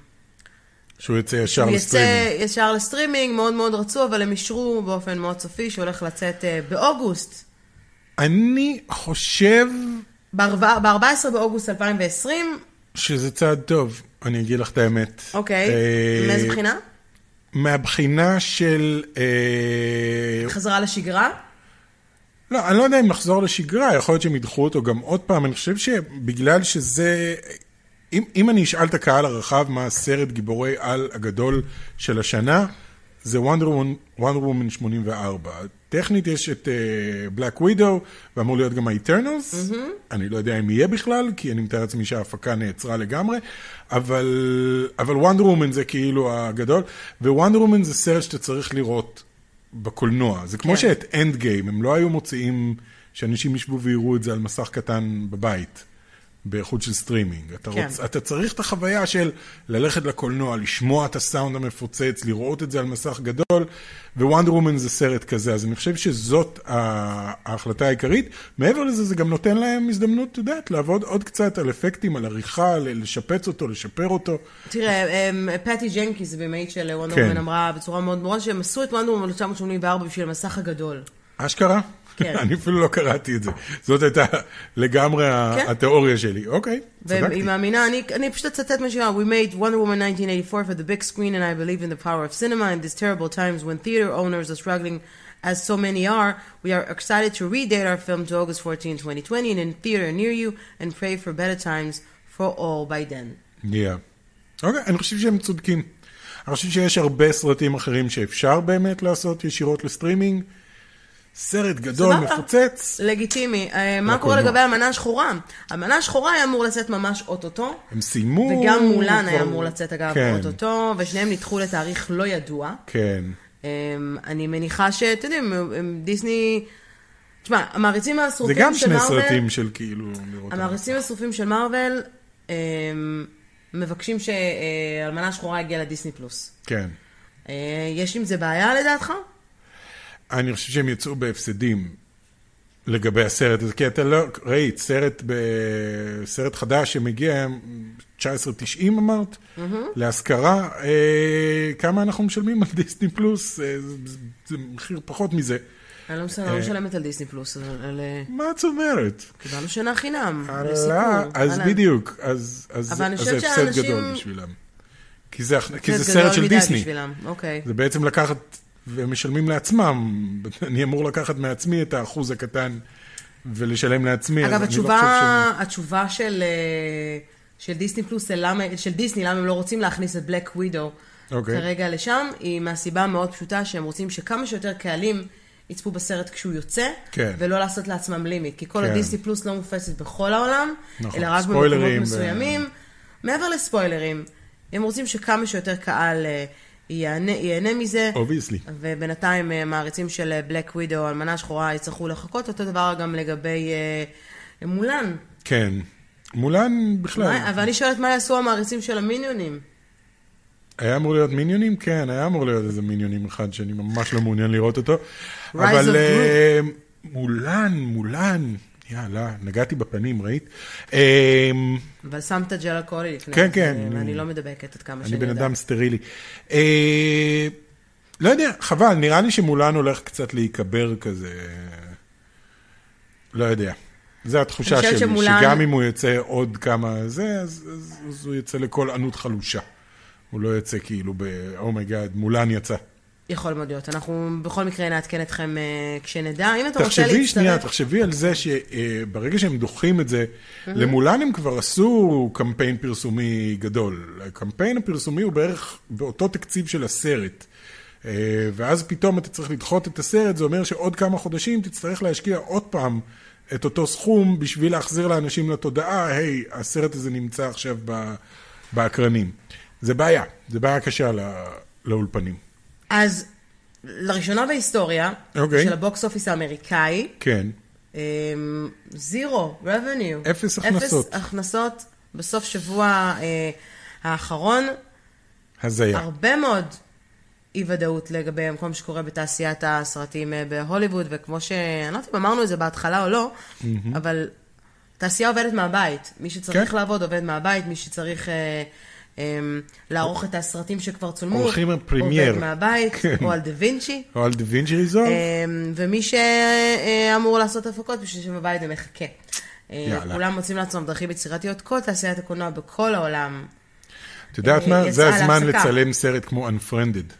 Speaker 2: שהוא יצא ישר
Speaker 1: הוא
Speaker 2: לסטרימינג.
Speaker 1: יצא ישר לסטרימינג, מאוד מאוד רצו, אבל הם אישרו באופן מאוד סופי שהולך לצאת אה, באוגוסט,
Speaker 2: אני חושב
Speaker 1: ב-14 באוגוסט 2020,
Speaker 2: שזה צעד טוב, אני אגיד לך את האמת.
Speaker 1: אוקיי,
Speaker 2: אה,
Speaker 1: מאיזה בחינה?
Speaker 2: מהבחינה של... אה,
Speaker 1: חזרה לשגרה?
Speaker 2: לא, אני לא יודע אם נחזור לשגרה, יכול להיות שהם ידחו אותו גם עוד פעם, אני חושב שבגלל שזה... אם, אם אני אשאל את הקהל הרחב מה הסרט גיבורי על הגדול של השנה, זה Wonder Woman, Wonder Woman 84. טכנית יש את uh, Black Widow, ואמור להיות גם ה-Eternals. Mm-hmm. אני לא יודע אם יהיה בכלל, כי אני מתאר לעצמי שההפקה נעצרה לגמרי, אבל, אבל Wonder Woman זה כאילו הגדול, ו-Wonder Woman זה סרט שאתה צריך לראות בקולנוע. זה כמו
Speaker 1: כן.
Speaker 2: כן. שאת אנד גיים, הם לא היו מוציאים שאנשים ישבו ויראו את זה על מסך קטן בבית, באיכות של סטרימינג. אתה,
Speaker 1: כן.
Speaker 2: כן. רוצ, אתה צריך את החוויה של ללכת לקולנוע, לשמוע את הסאונד המפוצץ, לראות את זה על מסך גדול, ווונדר וומן זה סרט כזה, אז אני חושב שזאת ה- ההחלטה העיקרית. מעבר לזה, זה גם נותן להם הזדמנות, את יודעת, לעבוד עוד קצת על אפקטים, על עריכה, ל- לשפץ אותו, לשפר אותו.
Speaker 1: תראה, אמ, פטי ג'נקיס, הבמאית של וונדר
Speaker 2: כן.
Speaker 1: וומן, אמרה בצורה מאוד ברורה שהם עשו את וונדר וומן 1984 בשביל המסך הגדול.
Speaker 2: אשכרה?
Speaker 1: כן.
Speaker 2: אני אפילו לא קראתי את זה. זאת הייתה לגמרי ה-
Speaker 1: כן.
Speaker 2: התיאוריה שלי. אוקיי, צדקתי.
Speaker 1: והיא מאמינה, אני, אני פשוט אצטט מה שהיא אמרה, We made Wonder Woman 1984 for the big screen and I believe in the power of cinema in these terrible times when theater owners are struggling as so many are. We are excited to redate our film to August 14, 2020 and in theater near you and pray for better times for all by then.
Speaker 2: Yeah. אוקיי, אני חושב שהם צודקים. אני חושב שיש הרבה סרטים אחרים שאפשר באמת לעשות ישירות לסטרימינג. סרט גדול,
Speaker 1: סבבה.
Speaker 2: מפוצץ.
Speaker 1: לגיטימי. אה, מה קורה
Speaker 2: לקולנוע.
Speaker 1: לגבי המנה השחורה? המנה השחורה היה אמור לצאת ממש אוטוטו.
Speaker 2: הם סיימו.
Speaker 1: וגם מולן היה
Speaker 2: כבר-
Speaker 1: אמור לצאת אגב
Speaker 2: כן,
Speaker 1: אוטוטו, ושניהם נדחו לתאריך לא ידוע.
Speaker 2: כן.
Speaker 1: אמ, אני מניחה שאתם יודעים, אמ, דיסני... תשמע, המעריצים
Speaker 2: זה
Speaker 1: השרופים של
Speaker 2: גם
Speaker 1: מארוול...
Speaker 2: שני סרטים של כאילו... לראות אותם.
Speaker 1: המעריצים השרופים של מארוול אמ, מבקשים אה, שאלמנה שחורה יגיעה לדיסני פלוס.
Speaker 2: כן.
Speaker 1: אה, יש עם זה בעיה לדעתך?
Speaker 2: אני חושב שהם יצאו בהפסדים לגבי הסרט הזה, כי אתה לא, ראית, סרט, ב... סרט חדש שמגיע, 1990 אמרת, mm-hmm. להשכרה, אה, כמה אנחנו משלמים על דיסני פלוס, אה, זה, זה, זה מחיר פחות מזה.
Speaker 1: אני לא מס-
Speaker 2: אה.
Speaker 1: לא משלמת על דיסני פלוס, אבל אבל, אה,
Speaker 2: מה את אומרת?
Speaker 1: קיבלנו שנה חינם. לסיפור.
Speaker 2: אללה, אז
Speaker 1: אהלן.
Speaker 2: בדיוק, אז, אז,
Speaker 1: אבל אני
Speaker 2: אז זה
Speaker 1: חושבת
Speaker 2: הפסד
Speaker 1: שהאנשים-
Speaker 2: גדול בשבילם. כי זה, כי זה
Speaker 1: קצת
Speaker 2: סרט
Speaker 1: גדול
Speaker 2: של
Speaker 1: מדי
Speaker 2: דיסני.
Speaker 1: בשבילם, אוקיי.
Speaker 2: זה בעצם לקחת, והם משלמים לעצמם, אני אמור לקחת מעצמי את האחוז הקטן ולשלם לעצמי, אז
Speaker 1: אגב,
Speaker 2: אני לא חושב שאני-
Speaker 1: התשובה, התשובה של, אה, של דיסני פלוס, אל למה, של דיסני, למה הם לא רוצים להכניס את בלק ווידו
Speaker 2: אוקיי.
Speaker 1: כרגע לשם, היא מהסיבה המאוד פשוטה שהם רוצים שכמה שיותר קהלים יצפו בסרט כשהוא יוצא,
Speaker 2: כן.
Speaker 1: ולא לעשות לעצמם לימיט, כי כל
Speaker 2: כן.
Speaker 1: הדיסני פלוס לא מופצת בכל העולם,
Speaker 2: נכון,
Speaker 1: אלא רק
Speaker 2: ספוילרים
Speaker 1: במקומות
Speaker 2: ו-
Speaker 1: מסוימים. מעבר לספוילרים, הם רוצים שכמה שיותר קהל אה, ייהנה, ייהנה מזה.
Speaker 2: אובייסלי.
Speaker 1: ובינתיים אה, מעריצים של אה, בלק ווידו, אלמנה שחורה, יצטרכו לחכות. אותו דבר גם לגבי אה, מולן.
Speaker 2: כן. מולן בכלל.
Speaker 1: מה- אבל אני שואלת מה יעשו המעריצים של המיניונים.
Speaker 2: היה אמור להיות מיניונים? כן, היה אמור להיות איזה מיניונים אחד שאני ממש לא מעוניין לראות אותו.
Speaker 1: Rise of
Speaker 2: אבל
Speaker 1: Gru.
Speaker 2: אה, מולן, מולן, יאללה, נגעתי בפנים, ראית? אה,
Speaker 1: אבל שמת ג'ל אלכוהולי לפני.
Speaker 2: כן,
Speaker 1: זה,
Speaker 2: כן.
Speaker 1: ואני לא מדבקת עד כמה שאני
Speaker 2: אני
Speaker 1: יודעת.
Speaker 2: בן אדם סטרילי. אה, לא יודע, חבל, נראה לי שמולן הולך קצת להיקבר כזה. לא יודע. זו התחושה
Speaker 1: אני חושבת
Speaker 2: שלי,
Speaker 1: שמולן-
Speaker 2: שגם אם הוא יצא עוד כמה זה, אז, אז, אז הוא יצא לקול ענות חלושה. הוא לא יצא כאילו באומייגאד, מולן יצא.
Speaker 1: יכול מאוד להיות. אנחנו בכל מקרה נעדכן אתכם אה, כשנדע. אם אתה רוצה
Speaker 2: תחשבי שנייה,
Speaker 1: להצטרף...
Speaker 2: תחשבי על זה שברגע שהם דוחים את זה,
Speaker 1: Mm-hmm.
Speaker 2: למולן הם כבר עשו קמפיין פרסומי גדול. הקמפיין הפרסומי הוא בערך באותו תקציב של הסרט. אה, ואז פתאום אתה צריך לדחות את הסרט, זה אומר שעוד כמה חודשים תצטרך להשקיע עוד פעם את אותו סכום בשביל להחזיר לאנשים לתודעה, היי, הסרט הזה נמצא עכשיו ב- באקרנים. זה בעיה, זה בעיה קשה לא- לאולפנים.
Speaker 1: אז לראשונה בהיסטוריה,
Speaker 2: אוקיי.
Speaker 1: של הבוקס אופיס האמריקאי,
Speaker 2: כן,
Speaker 1: זירו, רבניו.
Speaker 2: אפס הכנסות.
Speaker 1: אפס הכנסות בסוף שבוע אה, האחרון.
Speaker 2: הזיה.
Speaker 1: הרבה מאוד אי ודאות לגבי המקום שקורה בתעשיית הסרטים אה, בהוליווד, וכמו ש... אני לא יודעת אם אמרנו את זה בהתחלה או לא, אבל תעשייה עובדת מהבית. מי שצריך
Speaker 2: כן.
Speaker 1: לעבוד עובד מהבית, מי שצריך... אה, אה, לערוך את הסרטים שכבר צולמו,
Speaker 2: הולכים על פרימייר.
Speaker 1: עובד מהבית,
Speaker 2: כן.
Speaker 1: או על דה וינצ'י,
Speaker 2: או על דה וינצ'י ריזולב?
Speaker 1: אמ, ומי שאמור לעשות הפקות בשביל שבבית הוא מחכה.
Speaker 2: יאללה.
Speaker 1: יאללה. אה, כולם מוצאים לעצמם דרכים יצירתיות, כל תעשיית הקולנוע בכל העולם.
Speaker 2: את יודעת מה?
Speaker 1: אה, יצאה
Speaker 2: זה הזמן
Speaker 1: להפסקה.
Speaker 2: לצלם סרט כמו Unfriended.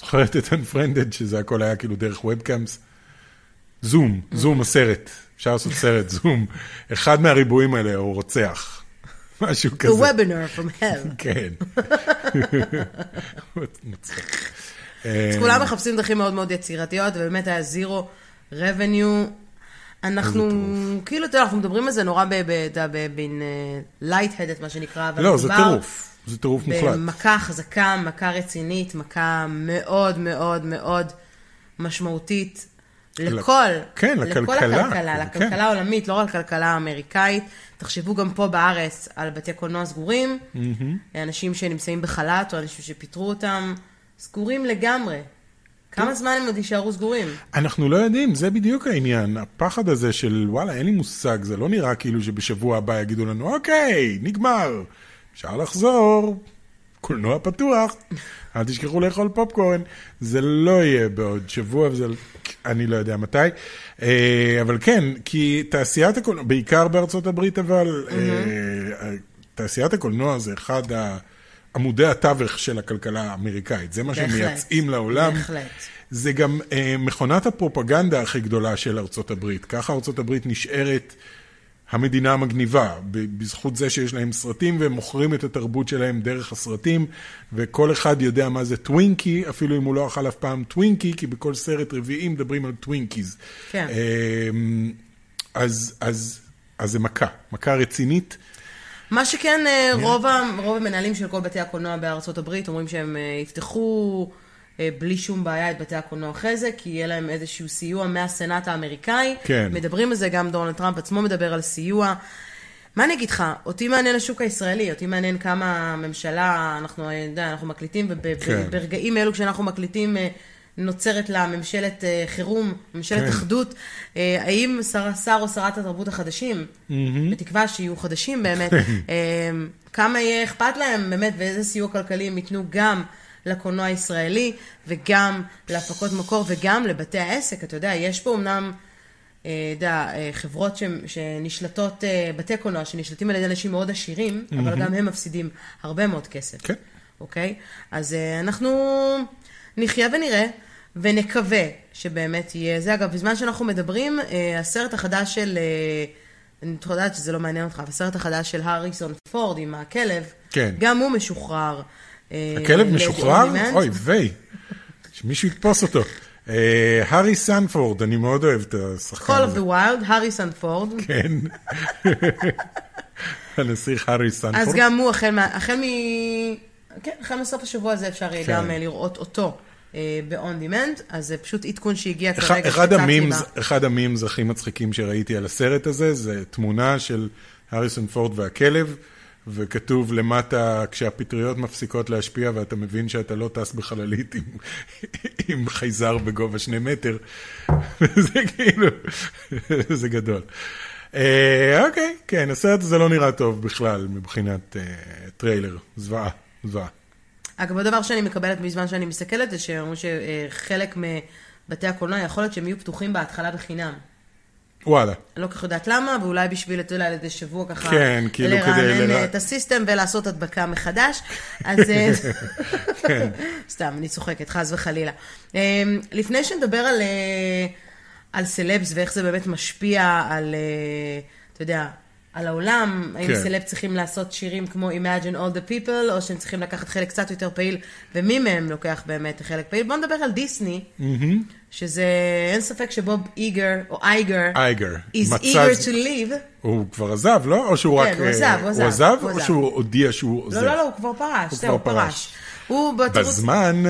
Speaker 2: זוכרת את Unfriended, שזה הכל היה כאילו דרך ובקאמס? זום, זום הסרט. אפשר לעשות סרט, זום. אחד מהריבועים האלה הוא רוצח. משהו
Speaker 1: The
Speaker 2: כזה.
Speaker 1: webinar from hell.
Speaker 2: כן. מצחיק.
Speaker 1: אז כולם מחפשים דרכים מאוד מאוד יצירתיות, ובאמת היה זירו רבניו. אנחנו, כאילו, אתה יודע, אנחנו מדברים על זה נורא במין לייט-הדד, מה שנקרא, אבל
Speaker 2: לא, זה
Speaker 1: מדובר
Speaker 2: טירוף. זה טירוף מוחלט.
Speaker 1: במכה חזקה, מכה רצינית, מכה מאוד מאוד מאוד משמעותית לכל,
Speaker 2: כן,
Speaker 1: לכל
Speaker 2: לכלכלה,
Speaker 1: הכלכלה,
Speaker 2: כן.
Speaker 1: לכלכלה העולמית, לא רק לכלכלה האמריקאית. תחשבו גם פה בארץ על בתי קולנוע סגורים, אנשים שנמצאים בחל"ת או אנשים שפיטרו אותם, סגורים לגמרי. כמה זמן הם עוד יישארו סגורים?
Speaker 2: אנחנו לא יודעים, זה בדיוק העניין. הפחד הזה של וואלה, אין לי מושג, זה לא נראה כאילו שבשבוע הבא יגידו לנו, אוקיי, נגמר, אפשר לחזור, קולנוע פתוח, אל תשכחו לאכול פופקורן. זה לא יהיה בעוד שבוע, וזה... אני לא יודע מתי. אה, אבל כן, כי תעשיית הקולנוע, בעיקר בארצות הברית, אבל אה, תעשיית הקולנוע זה אחד ה... עמודי התווך של הכלכלה האמריקאית, זה מה שהם
Speaker 1: בהחלט.
Speaker 2: מייצאים לעולם.
Speaker 1: בהחלט.
Speaker 2: זה גם אה, מכונת הפרופגנדה הכי גדולה של ארצות הברית. ככה ארצות הברית נשארת המדינה המגניבה, ב- בזכות זה שיש להם סרטים והם מוכרים את התרבות שלהם דרך הסרטים, וכל אחד יודע מה זה טווינקי, אפילו אם הוא לא אכל אף פעם טווינקי, כי בכל סרט רביעי מדברים על טווינקיז.
Speaker 1: כן.
Speaker 2: אה, אז, אז, אז זה מכה, מכה רצינית.
Speaker 1: מה שכן, אה,
Speaker 2: כן.
Speaker 1: רוב, ה, רוב המנהלים של כל בתי הקולנוע בארצות הברית אומרים שהם אה, יפתחו אה, בלי שום בעיה את בתי הקולנוע אחרי זה, כי יהיה להם איזשהו סיוע מהסנאט האמריקאי.
Speaker 2: כן.
Speaker 1: מדברים על זה, גם דונלד טראמפ עצמו מדבר על סיוע. מה אני אגיד לך, אותי מעניין השוק הישראלי, אותי מעניין כמה הממשלה, אנחנו, אני יודע, אנחנו מקליטים,
Speaker 2: כן.
Speaker 1: וברגעים אלו כשאנחנו מקליטים אה, נוצרת לה ממשלת אה, חירום, ממשלת
Speaker 2: כן.
Speaker 1: אחדות. אה, האם שר, שר או שרת התרבות החדשים, בתקווה שיהיו חדשים באמת,
Speaker 2: כן.
Speaker 1: אה, כמה יהיה אכפת להם באמת ואיזה סיוע כלכלי הם ייתנו גם לקולנוע הישראלי וגם להפקות מקור וגם לבתי העסק, אתה יודע, יש פה אמנם... אה, יודע, אה, חברות ש, שנשלטות, אה, בתי קולנוע שנשלטים על ידי אנשים מאוד עשירים, אבל גם הם מפסידים הרבה מאוד כסף.
Speaker 2: כן.
Speaker 1: אוקיי? אז אה, אנחנו נחיה ונראה, ונקווה שבאמת יהיה זה. אגב, בזמן שאנחנו מדברים, אה, הסרט החדש של, אה, אני את יודעת שזה לא מעניין אותך, אבל הסרט החדש של האריסון פורד עם הכלב,
Speaker 2: כן.
Speaker 1: גם הוא משוחרר. אה,
Speaker 2: הכלב
Speaker 1: ל-
Speaker 2: משוחרר?
Speaker 1: on demand.
Speaker 2: אוי ויי, שמישהו יתפוס אותו. אה, הארי סנפורד, אני מאוד אוהב את השחקן
Speaker 1: Call of
Speaker 2: הזה.
Speaker 1: the Wild, האריסון פורד.
Speaker 2: כן. הנסיך הארי סנפורד.
Speaker 1: אז גם הוא, החל, מה, החל מ... כן, החל מסוף השבוע הזה אפשר יהיה
Speaker 2: כן.
Speaker 1: גם אה, לראות אותו אה, ב-on demand, אז זה פשוט עדכון שהגיע
Speaker 2: אחד,
Speaker 1: כרגע.
Speaker 2: אחד,
Speaker 1: שקצת
Speaker 2: המימס,
Speaker 1: ליבה.
Speaker 2: אחד המימס הכי מצחיקים שראיתי על הסרט הזה, זה תמונה של האריסון פורד והכלב, וכתוב למטה, כשהפטריות מפסיקות להשפיע ואתה מבין שאתה לא טס בחללית עם, עם חייזר בגובה שני מטר, וזה כאילו, זה גדול. אה, אוקיי, כן, הסרט הזה לא נראה טוב בכלל מבחינת אה, טריילר, זוועה, זוועה.
Speaker 1: אגב, הדבר שאני מקבלת בזמן שאני מסתכלת, זה שאמרו שחלק מבתי הקולנוע, יכול להיות שהם יהיו פתוחים בהתחלה בחינם.
Speaker 2: וואלה.
Speaker 1: אני לא כל כך יודעת למה, ואולי בשביל, אתה יודע, איזה שבוע ככה,
Speaker 2: כן, כאילו, כדי
Speaker 1: לרענן
Speaker 2: לרע-
Speaker 1: אה, את הסיסטם ולעשות הדבקה מחדש. אז אה,
Speaker 2: כן.
Speaker 1: סתם, אני צוחקת, חס וחלילה. אה, לפני שנדבר על, אה, על סלבס ואיך זה באמת משפיע על, אה, אתה יודע, על העולם, האם
Speaker 2: כן.
Speaker 1: סלב צריכים לעשות שירים כמו Imagine All the People, או שהם צריכים לקחת חלק קצת יותר פעיל, ומי מהם לוקח באמת חלק פעיל? בואו נדבר על דיסני, שזה אין ספק שבוב איגר, או אייגר,
Speaker 2: אייגר.
Speaker 1: is
Speaker 2: מצא
Speaker 1: eager
Speaker 2: ז-
Speaker 1: to leave.
Speaker 2: הוא כבר עזב, לא? או שהוא
Speaker 1: כן,
Speaker 2: רק...
Speaker 1: הוא
Speaker 2: אה,
Speaker 1: עזב, הוא עזב,
Speaker 2: הוא עזב,
Speaker 1: הוא
Speaker 2: או
Speaker 1: עזב.
Speaker 2: שהוא הודיע שהוא עוזב?
Speaker 1: לא, לא, לא, הוא לא כבר פרש,
Speaker 2: הוא
Speaker 1: זהו,
Speaker 2: כבר
Speaker 1: פרש. הוא בתירוץ,
Speaker 2: בזמן,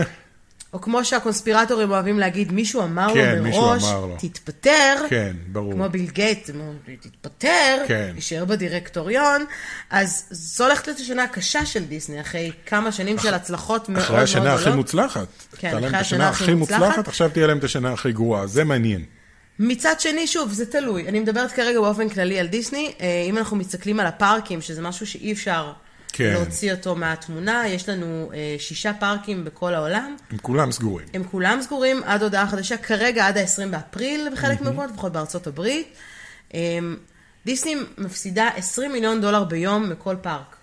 Speaker 1: או כמו שהקונספירטורים אוהבים להגיד, מישהו אמר
Speaker 2: כן,
Speaker 1: לו
Speaker 2: מישהו
Speaker 1: מראש,
Speaker 2: אמר לו.
Speaker 1: תתפטר,
Speaker 2: כן, ברור.
Speaker 1: כמו ביל גייט, אמר, תתפטר,
Speaker 2: כן.
Speaker 1: יישאר בדירקטוריון, אז זו הולכת להיות השנה הקשה של דיסני, אחרי כמה שנים של הצלחות מאוד מאוד
Speaker 2: אחרי
Speaker 1: גדולות.
Speaker 2: השנה הכי מוצלחת.
Speaker 1: כן,
Speaker 2: הייתה להם
Speaker 1: אחרי
Speaker 2: את
Speaker 1: השנה הכי מוצלחת,
Speaker 2: עכשיו תהיה להם את השנה הכי גרועה, זה מעניין.
Speaker 1: מצד שני, שוב, זה תלוי. אני מדברת כרגע באופן כללי על דיסני. אה, אם אנחנו מסתכלים על הפארקים, שזה משהו שאי אפשר
Speaker 2: כן.
Speaker 1: להוציא אותו מהתמונה, יש לנו אה, שישה פארקים בכל העולם.
Speaker 2: הם כולם סגורים.
Speaker 1: הם כולם סגורים עד הודעה חדשה, כרגע עד ה-20 באפריל בחלק מהמקומות, לפחות בארצות הברית. אה, דיסני מפסידה 20 מיליון דולר ביום מכל פארק.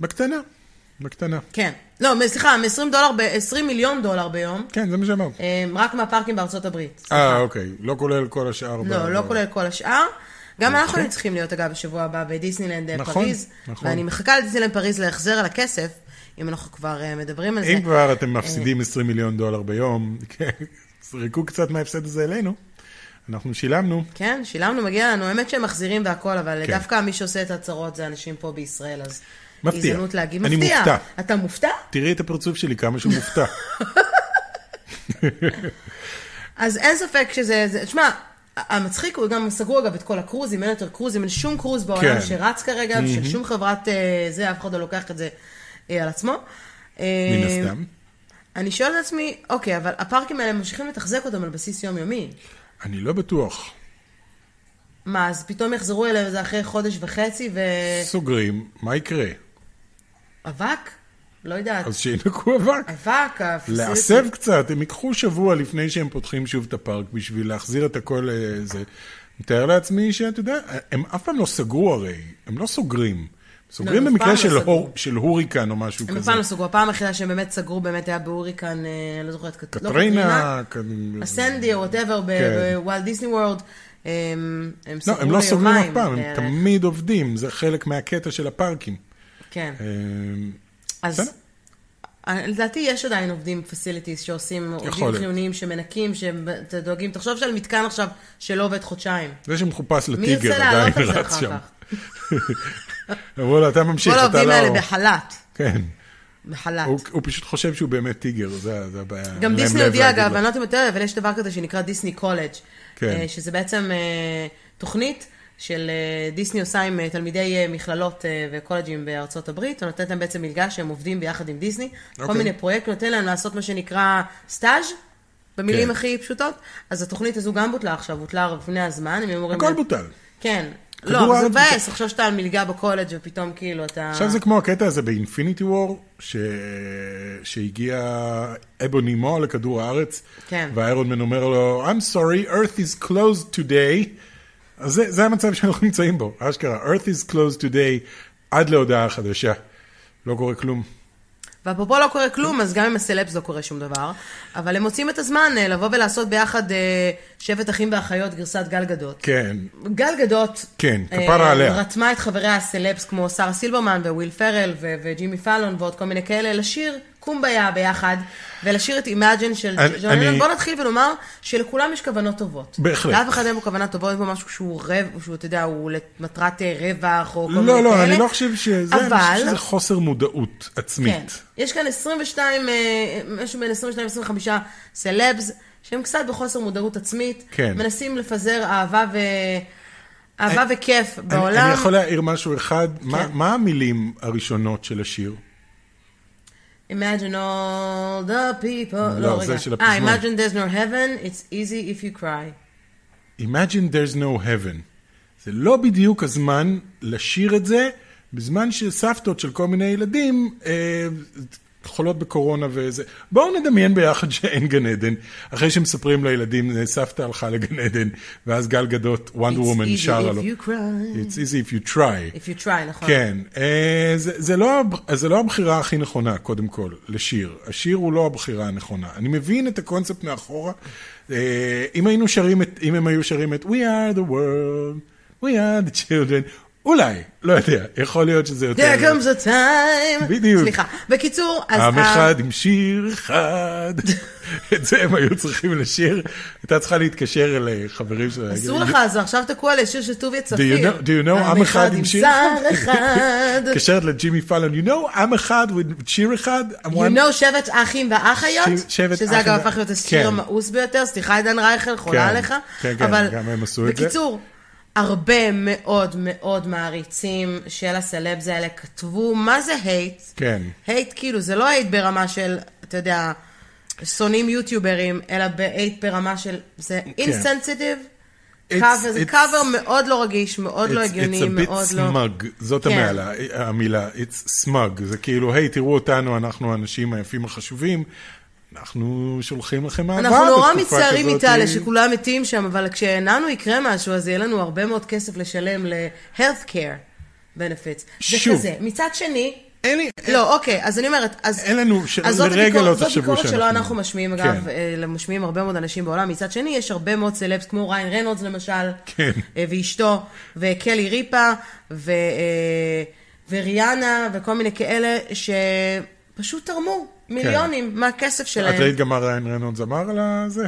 Speaker 2: בקטנה, בקטנה.
Speaker 1: כן. לא, מ- סליחה, מ-20 דולר ב- 20 מיליון דולר ביום,
Speaker 2: כן, זה מה שאמרת.
Speaker 1: אה, רק מהפארקים בארצות הברית.
Speaker 2: אה, אוקיי, לא כולל כל השאר. ב-
Speaker 1: לא, לא
Speaker 2: ב-
Speaker 1: כולל כל השאר. גם אנחנו היינו צריכים להיות, אגב, בשבוע הבא בדיסנילנד אה,
Speaker 2: אוקיי. נכון,
Speaker 1: פריז.
Speaker 2: נכון.
Speaker 1: ואני מחכה לדיסנילנד פריז להחזר על הכסף, אם אנחנו כבר אה, מדברים על זה. אה.
Speaker 2: אם כבר אתם מפסידים 20 מיליון דולר ביום, כן, זרקו קצת מההפסד הזה אלינו. אנחנו שילמנו.
Speaker 1: כן, שילמנו, מגיע לנו. האמת שהם מחזירים והכל, אבל
Speaker 2: כן.
Speaker 1: דווקא מי שעושה את ההצהרות זה אנשים פה בישראל, אז...
Speaker 2: מפתיע.
Speaker 1: הזדמנות להגיד,
Speaker 2: אני
Speaker 1: מפתיע.
Speaker 2: מופתע.
Speaker 1: אתה מופתע?
Speaker 2: תראי את הפרצוף שלי, כמה שהוא מופתע.
Speaker 1: אז אין ספק שזה... זה- תשמע, המצחיק הוא גם סגרו אגב את כל הקרוזים, אין יותר קרוזים, אין שום קרוז בעולם
Speaker 2: כן.
Speaker 1: שרץ כרגע, של שום חברת אה, זה, אף אחד לא לוקח את זה אה, על עצמו. אה,
Speaker 2: מן הסתם.
Speaker 1: אני שואלת את עצמי, אוקיי, אבל הפארקים האלה ממשיכים לתחזק אותם על בסיס יומיומי.
Speaker 2: אני לא בטוח.
Speaker 1: מה, אז פתאום יחזרו אליהם איזה אחרי חודש וחצי אה.
Speaker 2: סוגרים, מה יקרה?
Speaker 1: ואבק? לא יודעת.
Speaker 2: אז שינקו
Speaker 1: אה,
Speaker 2: אבק.
Speaker 1: אבק, הפסיליטי.
Speaker 2: להסב קצת, הם ייקחו שבוע לפני שהם פותחים שוב את הפארק בשביל להחזיר את הכל אה, זה. מתאר לעצמי שאתה יודע, הם אף פעם לא סגרו הרי, הם לא סוגרים.
Speaker 1: הם אף
Speaker 2: סוגרים
Speaker 1: פעם
Speaker 2: במקרה
Speaker 1: לא
Speaker 2: של,
Speaker 1: סגרו.
Speaker 2: הור, של הוריקן או משהו
Speaker 1: הם אף
Speaker 2: כזה.
Speaker 1: פעם לא סגרו, הפעם היחידה שהם באמת סגרו באמת היה בהוריקן, אה, אני לא זוכרת, קט- לא
Speaker 2: קטרינה, כ-
Speaker 1: הסנדי או וואטאבר
Speaker 2: כן.
Speaker 1: בוולד דיסני וורד. הם הם
Speaker 2: לא,
Speaker 1: סגרו
Speaker 2: הם לא סוגרים
Speaker 1: ליומיים
Speaker 2: אף פעם, הם
Speaker 1: בערך. אה,
Speaker 2: תמיד עובדים, זה חלק מהקטע של הפארקים.
Speaker 1: כן.
Speaker 2: אה, בסדר.
Speaker 1: אז אה, לדעתי יש עדיין עובדים פסיליטיז שעושים,
Speaker 2: יכול
Speaker 1: עובדים
Speaker 2: להיות.
Speaker 1: חיוניים שמנקים, שדואגים, תחשוב שעל מתקן עכשיו שלא עובד חודשיים.
Speaker 2: זה שמחופש
Speaker 1: מי ירצה
Speaker 2: לטיגר
Speaker 1: לעלות
Speaker 2: עדיין
Speaker 1: על זה
Speaker 2: רץ
Speaker 1: אחר
Speaker 2: שם.
Speaker 1: כך?
Speaker 2: אמרו לו, אתה ממשיך,
Speaker 1: כל
Speaker 2: אתה
Speaker 1: העובדים האלה
Speaker 2: לא...
Speaker 1: בחל"ת,
Speaker 2: כן.
Speaker 1: בחל"ת.
Speaker 2: הוא, הוא פשוט חושב שהוא באמת טיגר, זה, זה הבעיה.
Speaker 1: גם
Speaker 2: אין להם
Speaker 1: דיסני
Speaker 2: לב
Speaker 1: הודיע,
Speaker 2: להגיד
Speaker 1: אגב,
Speaker 2: לו.
Speaker 1: אני לא יודעת אם אתה יודע, אבל יש דבר כזה שנקרא דיסני קולג'.
Speaker 2: כן.
Speaker 1: אה, שזה בעצם אה, תוכנית של אה, דיסני עושה עם אה, תלמידי אה, מכללות אה, וקולג'ים בארצות הברית, ונותנת להם בעצם מלגה שהם עובדים ביחד עם דיסני. כל
Speaker 2: אוקיי.
Speaker 1: מיני פרויקטים, נותן להם לעשות מה שנקרא סטאז'. במילים
Speaker 2: כן.
Speaker 1: הכי פשוטות, אז התוכנית הזו גם בוטלה עכשיו, הוטלה לפני הזמן, הם היו אמורים...
Speaker 2: הכל בוטל.
Speaker 1: כן.
Speaker 2: כדור
Speaker 1: לא, אבל זה
Speaker 2: הארץ
Speaker 1: מבאס, עכשיו שאתה על מלגה בקולג' ופתאום כאילו אתה...
Speaker 2: עכשיו זה כמו הקטע הזה באינפיניטי וור, ש... שהגיע אבוני מו לכדור הארץ,
Speaker 1: כן.
Speaker 2: והאיירון מן אומר לו, I'm sorry, earth is closed today. אז זה, זה המצב שאנחנו נמצאים בו, אשכרה, earth is closed today, עד להודעה חדשה. לא קורה כלום.
Speaker 1: ואפרופו לא קורה כלום, אז גם עם הסלבס לא קורה שום דבר, אבל הם מוצאים את הזמן אה, לבוא ולעשות ביחד אה, שבט אחים ואחיות גרסת גל גדות.
Speaker 2: כן,
Speaker 1: גל גדות,
Speaker 2: כן,
Speaker 1: אה,
Speaker 2: כפרה עליה.
Speaker 1: רתמה את חבריה הסלבס כמו שרה סילברמן וויל פרל ו- וג'ימי פאלון ועוד כל מיני כאלה לשיר קומביה ביחד, ולשיר את אימג'ן של
Speaker 2: אני-
Speaker 1: ג'ון לנון.
Speaker 2: אני-
Speaker 1: בוא נתחיל ונאמר שלכולם יש כוונות טובות.
Speaker 2: בהחלט.
Speaker 1: לאף אחד אין פה כוונות טובות, אין פה משהו שהוא רב, שהוא, אתה יודע, הוא למטרת אה, רווח או כל מיני כאלה.
Speaker 2: לא, לא, אני לא חושב שזה, אני
Speaker 1: אבל-
Speaker 2: חושב שזה חוסר מודעות
Speaker 1: כן.
Speaker 2: עצמית.
Speaker 1: יש כאן 22, אה, משהו בין 22 ל-25 סלבס, שהם קצת בחוסר מודעות עצמית.
Speaker 2: כן.
Speaker 1: מנסים לפזר אהבה ו... אהבה וכיף
Speaker 2: אני-
Speaker 1: בעולם.
Speaker 2: אני יכול להעיר משהו אחד? מה-
Speaker 1: כן.
Speaker 2: מה המילים הראשונות של השיר?
Speaker 1: Imagine all the people... לא,
Speaker 2: לא,
Speaker 1: רגע.
Speaker 2: זה של
Speaker 1: אה,
Speaker 2: הפזמון.
Speaker 1: Imagine there's no heaven, it's easy if you cry.
Speaker 2: Imagine there's no heaven. זה לא בדיוק הזמן לשיר את זה, בזמן שסבתות של כל מיני ילדים אה, חולות בקורונה וזה. בואו נדמיין ביחד שאין גן עדן, אחרי שמספרים לילדים, אה, סבתא הלכה לגן עדן, ואז גל גדות,
Speaker 1: It's
Speaker 2: וונדר וומן
Speaker 1: easy
Speaker 2: שרה לו.
Speaker 1: if you cry.
Speaker 2: It's easy if you try.
Speaker 1: If you try, נכון.
Speaker 2: כן, אה, זה, זה, לא, הב- זה לא הבחירה הכי נכונה, קודם כל, לשיר. השיר הוא לא הבחירה הנכונה. אני מבין את הקונספט מאחורה. אה, אם, היינו שרים את, אם הם היו שרים את We are the world, We are the children, אולי, לא יודע, יכול להיות שזה יותר...
Speaker 1: There comes a time.
Speaker 2: כן, בדיוק.
Speaker 1: סליחה. בקיצור, אז... אה,
Speaker 2: עם
Speaker 1: ה-
Speaker 2: אחד עם שיר אחד. את זה הם היו צריכים לשיר. הייתה צריכה להתקשר אל אה, חברים שלה.
Speaker 1: אסור
Speaker 2: להגיד,
Speaker 1: לך, אז עכשיו תקוע לשיר של טוביה צפיר.
Speaker 2: know- do you know עם אחד עם שיר כן.
Speaker 1: זר אחד.
Speaker 2: מתקשרת לג'ימי פאלון, you know, עם אחד, with שיר אחד, I'm
Speaker 1: You
Speaker 2: one
Speaker 1: know שבט אחים ואחיות,
Speaker 2: ש- שבט
Speaker 1: שזה
Speaker 2: אחים
Speaker 1: אגב
Speaker 2: ו-
Speaker 1: הפך להיות השיר
Speaker 2: כן.
Speaker 1: המאוס ביותר, סליחה עידן רייכל, חולה
Speaker 2: כן,
Speaker 1: עליך,
Speaker 2: כן, כן,
Speaker 1: אבל
Speaker 2: גם הם עשו את זה.
Speaker 1: בקיצור, הרבה מאוד מאוד מעריצים של הסלבס האלה כתבו, מה זה הייט?
Speaker 2: כן.
Speaker 1: הייט כאילו, זה לא הייט ברמה של, אתה יודע, שונאים יוטיוברים, אלא בהייט ברמה של, זה אינסנסיטיב,
Speaker 2: כן. It's-
Speaker 1: זה
Speaker 2: it's-
Speaker 1: קאבר מאוד לא רגיש, מאוד לא
Speaker 2: It's-
Speaker 1: הגיוני, מאוד
Speaker 2: It's a
Speaker 1: לא...
Speaker 2: bit smug, זאת
Speaker 1: כן.
Speaker 2: המעלה, המילה, it's smug, זה כאילו, היי, תראו אותנו, אנחנו האנשים היפים החשובים, אנחנו שולחים לכם אהבה
Speaker 1: אנחנו נורא
Speaker 2: בתקופה
Speaker 1: מצטערים
Speaker 2: כזאת."
Speaker 1: איטליה שכולם מתים שם, אבל כשלנו יקרה משהו, אז יהיה לנו הרבה מאוד כסף לשלם ל-health care benefits. זה
Speaker 2: שוב.
Speaker 1: כזה. מצד שני,
Speaker 2: אין לי,
Speaker 1: לא, אוקיי, אז אני אומרת, אז...
Speaker 2: אין לנו, ש-
Speaker 1: אז זאת
Speaker 2: לרגע
Speaker 1: הביקורת-
Speaker 2: לא
Speaker 1: זאת
Speaker 2: תחשבו
Speaker 1: ביקורת שלא
Speaker 2: שאנחנו-
Speaker 1: אנחנו משמיעים, אגב,
Speaker 2: כן.
Speaker 1: אה, משמיעים הרבה מאוד אנשים בעולם. מצד שני, יש הרבה מאוד סלבס, כמו ריין רנולדס למשל,
Speaker 2: כן.
Speaker 1: אה, ואשתו, וקלי ריפה, ו- אה, וריאנה, וכל מיני כאלה, שפשוט תרמו מיליונים מהכסף
Speaker 2: כן. את
Speaker 1: שלהם.
Speaker 2: ראית גם מה ריין רנון זמר על זה?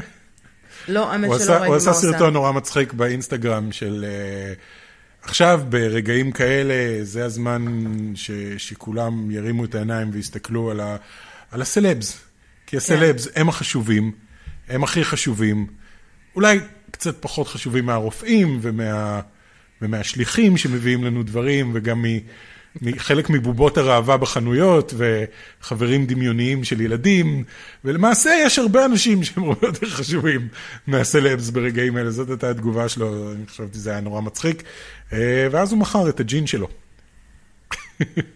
Speaker 1: לא, האמת
Speaker 2: הוא
Speaker 1: שלא
Speaker 2: עשה,
Speaker 1: ראיתי
Speaker 2: הוא
Speaker 1: מה
Speaker 2: עשה סרטון נורא מצחיק באינסטגרם של אה, עכשיו, ברגעים כאלה, זה הזמן ש, שכולם ירימו את העיניים ויסתכלו על, ה, על הסלבס. כי הסלבס הם החשובים, הם הכי חשובים, אולי קצת פחות חשובים מהרופאים ומה, ומהשליחים שמביאים לנו דברים, וגם מ... חלק מבובות הראווה בחנויות וחברים דמיוניים של ילדים, ולמעשה יש הרבה אנשים שהם הרבה יותר חשובים מהסלבס ברגעים אלה, זאת הייתה התגובה שלו, אני חשבתי שזה היה נורא מצחיק, אה, ואז הוא מכר את הג'ין שלו.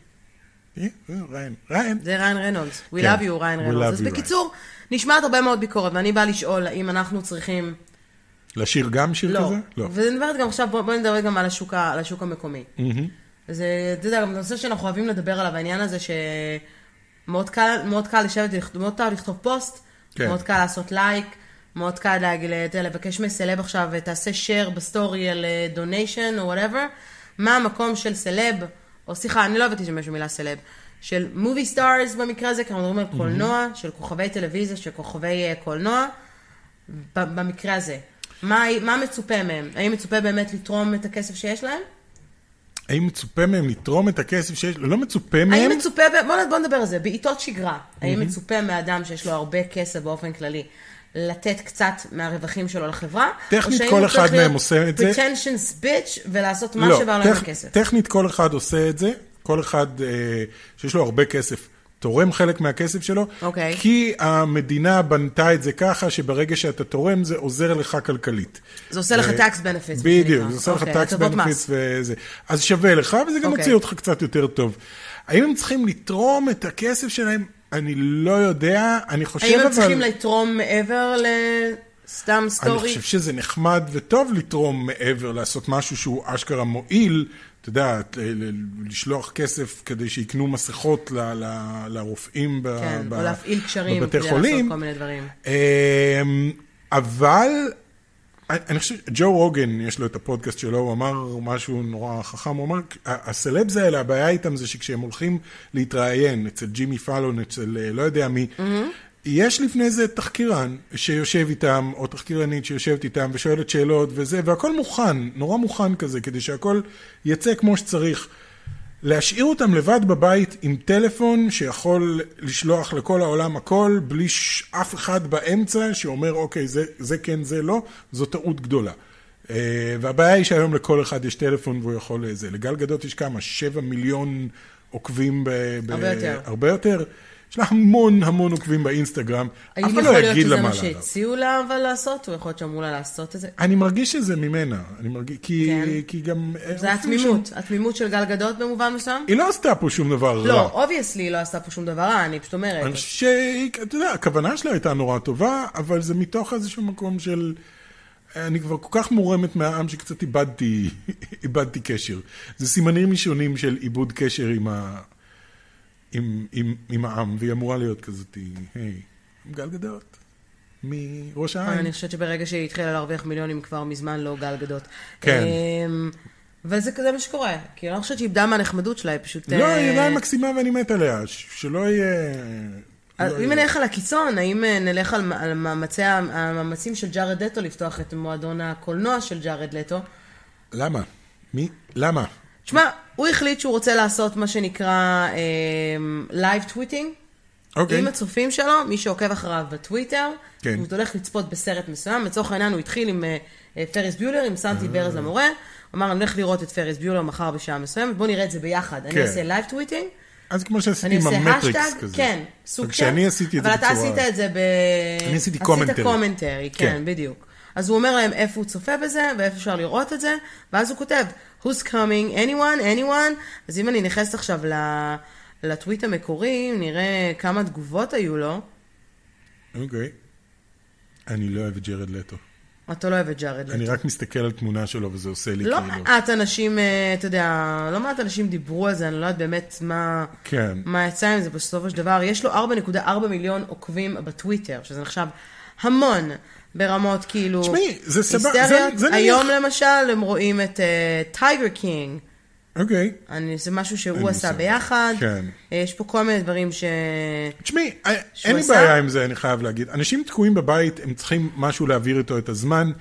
Speaker 2: אה, ריין, ריין,
Speaker 1: זה ריין רנולדס. We
Speaker 2: כן.
Speaker 1: love you, ריין
Speaker 2: We
Speaker 1: רנולדס.
Speaker 2: love
Speaker 1: אז
Speaker 2: you,
Speaker 1: בקיצור, נשמעת הרבה מאוד ביקורת, ואני באה לשאול האם אנחנו צריכים...
Speaker 2: לשיר גם שיר
Speaker 1: לא.
Speaker 2: כזה?
Speaker 1: ואני מדברת גם עכשיו, בוא- בוא נדבר גם על השוק ה- על השוק המקומי. זה, אתה יודע, גם נושא שאנחנו אוהבים לדבר עליו, העניין הזה שמאוד קל, מאוד קל לשבת, ולכת- מאוד קל לכתוב פוסט,
Speaker 2: כן.
Speaker 1: מאוד קל לעשות לייק, מאוד קל להגיד, אתה יודע, לבקש מסלב עכשיו, תעשה share בסטורי על אה, דוניישן או וואטאבר, מה המקום של סלב, או סליחה, אני לא אוהבת להשתמש במילה סלב, של מובי סטארס במקרה הזה, כי אנחנו מדברים על קולנוע, של כוכבי טלוויזיה, של כוכבי אה, קולנוע, ב- במקרה הזה. מה, מה מצופה מהם? האם מצופה באמת לתרום את הכסף שיש להם?
Speaker 2: האם מצופה מהם לתרום את הכסף שיש, לא מצופה מהם,
Speaker 1: האם מצופה, ב- בוא, נ- בוא נדבר על זה, בעיתות שגרה, האם מצופה מאדם שיש לו הרבה כסף באופן כללי, לתת קצת מהרווחים שלו לחברה?
Speaker 2: טכנית,
Speaker 1: או שהאם
Speaker 2: כל
Speaker 1: הוא צריך
Speaker 2: אחד מהם
Speaker 1: להיות
Speaker 2: עושה את זה.
Speaker 1: pretensions bitch ולעשות מה
Speaker 2: לא,
Speaker 1: שבא להם
Speaker 2: טכ-
Speaker 1: בכסף.
Speaker 2: טכנית כל אחד עושה את זה, כל אחד אה, שיש לו הרבה כסף. תורם חלק מהכסף שלו,
Speaker 1: אוקיי.
Speaker 2: כי המדינה בנתה את זה ככה שברגע שאתה תורם זה עוזר לך כלכלית.
Speaker 1: זה עושה לך
Speaker 2: אה,
Speaker 1: tax benefits, מה שנקרא.
Speaker 2: בדיוק, זה עושה לך
Speaker 1: אוקיי,
Speaker 2: tax
Speaker 1: הטבות מס.
Speaker 2: benefits וזה. אז שווה לך, וזה גם
Speaker 1: אוקיי.
Speaker 2: מוציא אותך קצת יותר טוב. האם הם צריכים לתרום את הכסף שלהם? אני לא יודע, אני חושב אבל...
Speaker 1: האם הם צריכים לתרום מעבר סתם
Speaker 2: אני
Speaker 1: סטורי.
Speaker 2: חושב שזה נחמד וטוב לתרום מעבר, לעשות משהו שהוא אשכרה מועיל, אתה יודע, ל- ל- לשלוח כסף כדי שיקנו מסכות ל- ל- לרופאים ב-
Speaker 1: כן,
Speaker 2: ב-
Speaker 1: או להפעיל קשרים
Speaker 2: בבתי
Speaker 1: כדי
Speaker 2: חולים.
Speaker 1: לעשות כל מיני דברים.
Speaker 2: אמ, אבל אני אני חושב, ג'ו רוגן, יש לו את הפודקאסט שלו, הוא אמר משהו נורא חכם, הוא אמר, "ה- הסלבס האלה, הבעיה איתם זה שכשהם הולכים להתראיין אצל ג'ימי פאלון, אצל אה, לא יודע מי, יש לפני זה תחקירן שיושב איתם, או תחקירנית שיושבת איתם ושואלת שאלות וזה, והכל מוכן, נורא מוכן כזה, כדי שהכל יצא כמו שצריך. להשאיר אותם לבד בבית עם טלפון שיכול לשלוח לכל העולם הכל, בלי ש- אף אחד באמצע שאומר, אוקיי, זה, זה כן, זה לא, זו טעות גדולה. אה, והבעיה היא שהיום לכל אחד יש טלפון והוא יכול אה, זה. לגל גדות יש כמה? שבע מיליון עוקבים ב... ב-
Speaker 1: הרבה יותר.
Speaker 2: הרבה יותר. יש לה המון המון עוקבים באינסטגרם. אף
Speaker 1: האם
Speaker 2: אחד
Speaker 1: יכול
Speaker 2: לא
Speaker 1: להיות
Speaker 2: יגיד
Speaker 1: שזה
Speaker 2: לה מה
Speaker 1: מה
Speaker 2: לעשות.
Speaker 1: שהציעו לה אבל לעשות, או יכול להיות שאמרו לה לעשות את זה?
Speaker 2: אני מרגיש שזה ממנה. אני מרגיש... כי,
Speaker 1: כן.
Speaker 2: כי גם...
Speaker 1: זה
Speaker 2: אה, עושים שם-
Speaker 1: התמימות, התמימות של גל גדות במובן מסוים?
Speaker 2: היא לא עשתה פה שום דבר רע.
Speaker 1: לא, אובייסלי היא לא עשתה פה שום דבר רע, אני פשוט
Speaker 2: אני
Speaker 1: אומרת.
Speaker 2: חושב שהיא, אתה יודע, הכוונה שלה הייתה נורא טובה, אבל זה מתוך איזשהו מקום של... אני כבר כל כך מורמת מהעם שקצת איבדתי, איבדתי קשר. זה סימנים ראשונים של איבוד קשר עם, ה, עם, עם, עם העם, והיא אמורה להיות כזאת, היי, גל גדות, מראש
Speaker 1: אבל
Speaker 2: העין.
Speaker 1: אני חושבת שברגע שהיא התחילה להרוויח מיליונים כבר מזמן לא גל גדות.
Speaker 2: כן.
Speaker 1: אמ, אבל זה כזה מה שקורה. כי אני לא חושבת שהיא איבדה מהנחמדות שלה, היא פשוט...
Speaker 2: לא,
Speaker 1: אה,
Speaker 2: היא עדיין מקסימה ואני מת עליה, ש- שלא יהיה...
Speaker 1: אז
Speaker 2: לא
Speaker 1: אם
Speaker 2: יהיה-
Speaker 1: נלך על הקיצון, האם אה, נלך על, על מאמצי, המאמצים של ג'ארד לטו לפתוח את מועדון הקולנוע של ג'ארד לטו?
Speaker 2: למה? מי? למה?
Speaker 1: תשמע, הוא החליט שהוא רוצה לעשות מה שנקרא אמ, לייב טוויטינג.
Speaker 2: אוקיי.
Speaker 1: עם הצופים שלו, מי שעוקב אחריו בטוויטר,
Speaker 2: כן.
Speaker 1: הוא הולך לצפות בסרט מסוים, לצורך העניין הוא התחיל עם אה, אה, פריס ביולר, עם סמתי
Speaker 2: אה.
Speaker 1: ברז למורה, הוא אמר, אני הולך לראות את פריס ביולר מחר בשעה מסוימת, בואו נראה את זה ביחד.
Speaker 2: כן.
Speaker 1: אני אעשה לייב טוויטינג,
Speaker 2: אז כמו שעשיתי
Speaker 1: אני
Speaker 2: עם
Speaker 1: אעשה
Speaker 2: המטריקס
Speaker 1: השטג,
Speaker 2: כזה.
Speaker 1: כן, סוג
Speaker 2: רק
Speaker 1: של...
Speaker 2: שאני עשיתי את זה
Speaker 1: אבל אתה
Speaker 2: בצורה-
Speaker 1: עשית את זה ב...
Speaker 2: אני עשיתי
Speaker 1: עשית
Speaker 2: commentary.
Speaker 1: קומנטרי,
Speaker 2: כן.
Speaker 1: כן, בדיוק. אז הוא אומר להם איפה הוא צופה בזה, ואיפה אפשר לראות את זה, ואז הוא כותב, who's coming, anyone, anyone, אז אם אני נכנסת עכשיו ל- לטוויט המקורי, נראה כמה תגובות היו לו.
Speaker 2: אוקיי. אני לא אוהב את ג'רד לטו.
Speaker 1: אתה לא אוהב את ג'ארד.
Speaker 2: אני רק מסתכל על תמונה שלו וזה עושה לי
Speaker 1: לא
Speaker 2: כאילו...
Speaker 1: מעט אנשים, אה, אתה יודע, לא מעט אנשים דיברו על זה, אני לא יודעת באמת מה,
Speaker 2: כן.
Speaker 1: מה יצא עם זה בסופו של דבר. יש לו 4.4 מיליון עוקבים בטוויטר, שזה נחשב המון ברמות כאילו...
Speaker 2: תשמעי, זה סבבה, זה-
Speaker 1: היסטריות.
Speaker 2: זה נניח-
Speaker 1: היום למשל הם רואים את אה, טייגר קינג.
Speaker 2: אוקיי.
Speaker 1: זה משהו
Speaker 2: אין
Speaker 1: שהוא
Speaker 2: מושג.
Speaker 1: עשה ביחד.
Speaker 2: כן.
Speaker 1: אה, יש פה כל מיני דברים ש...
Speaker 2: תשמעי, אה,
Speaker 1: שהוא
Speaker 2: אין לי
Speaker 1: עשה?
Speaker 2: בעיה עם זה, אני חייב להגיד. אנשים תקועים בבית, הם צריכים משהו להעביר איתו את הזמן.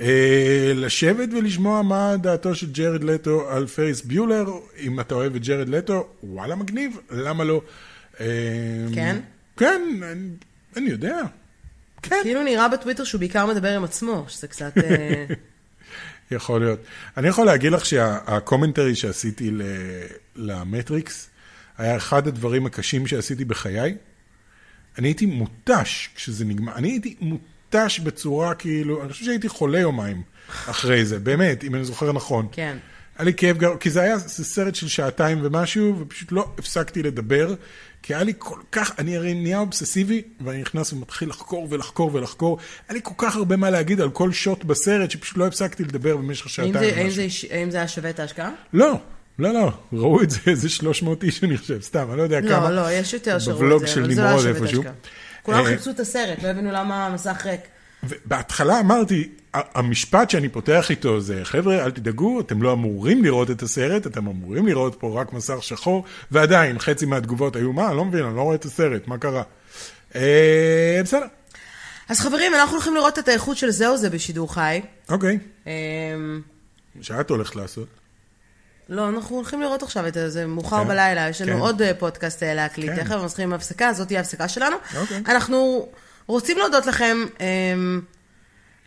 Speaker 2: אה, לשבת ולשמוע מה דעתו של ג'רד לטו על פייס ביולר, אם אתה אוהב את ג'רד לטו, וואלה מגניב, למה לא? אה,
Speaker 1: כן?
Speaker 2: כן, אני- אני יודע. כן.
Speaker 1: כאילו נראה בטוויטר שהוא בעיקר מדבר עם עצמו, שזה קצת... אה,
Speaker 2: יכול להיות. אני יכול להגיד לך שהקומנטרי שעשיתי ל- למטריקס היה אחד הדברים הקשים שעשיתי בחיי. אני הייתי מותש כשזה נגמר. אני הייתי מותש בצורה כאילו, אני חושב שהייתי חולה יומיים אחרי זה, באמת, אם אני זוכר נכון.
Speaker 1: כן.
Speaker 2: היה לי כאב גרוע, כי זה היה זה סרט של שעתיים ומשהו, ופשוט לא הפסקתי לדבר, כי היה לי כל כך, אני הרי נהיה אובססיבי, ואני נכנס ומתחיל לחקור ולחקור ולחקור. היה לי כל כך הרבה מה להגיד על כל שוט בסרט, שפשוט לא הפסקתי לדבר במשך
Speaker 1: האם
Speaker 2: שעתיים
Speaker 1: זה-
Speaker 2: ומשהו.
Speaker 1: האם זה הש- האם זה היה שווה את ההשקעה?
Speaker 2: לא, לא, לא, ראו את זה איזה 300 איש, אני חושב, סתם, אני לא יודע כמה.
Speaker 1: לא, לא, יש יותר שראו
Speaker 2: בבלוג
Speaker 1: את זה,
Speaker 2: של
Speaker 1: אבל זה לא
Speaker 2: נמרוד
Speaker 1: היה שווה את
Speaker 2: איפשהו.
Speaker 1: ההשקעה. כולם
Speaker 2: אה,
Speaker 1: חיפשו את הסרט, לא הבינו למה המסך ריק.
Speaker 2: בהתחלה אמרתי, ה- המשפט שאני פותח איתו זה, חבר'ה, אל תדאגו, אתם לא אמורים לראות את הסרט, אתם אמורים לראות פה רק מסך שחור, ועדיין, חצי מהתגובות היו, מה, אני לא מבין, אני לא רואה את הסרט, מה קרה? אה, בסדר,
Speaker 1: אז חברים, אנחנו הולכים לראות את האיכות של זהו זה בשידור חי.
Speaker 2: אוקיי,
Speaker 1: אמ,
Speaker 2: שאת הולכת לעשות.
Speaker 1: לא, אנחנו הולכים לראות עכשיו את זה, מאוחר
Speaker 2: כן,
Speaker 1: בלילה, יש
Speaker 2: כן.
Speaker 1: לנו עוד אה, פודקאסט אה, להקליט
Speaker 2: כן.
Speaker 1: תכף, אנחנו צריכים הפסקה, זאת תהיה ההפסקה שלנו.
Speaker 2: אוקיי.
Speaker 1: אנחנו רוצים להודות לכם אמ,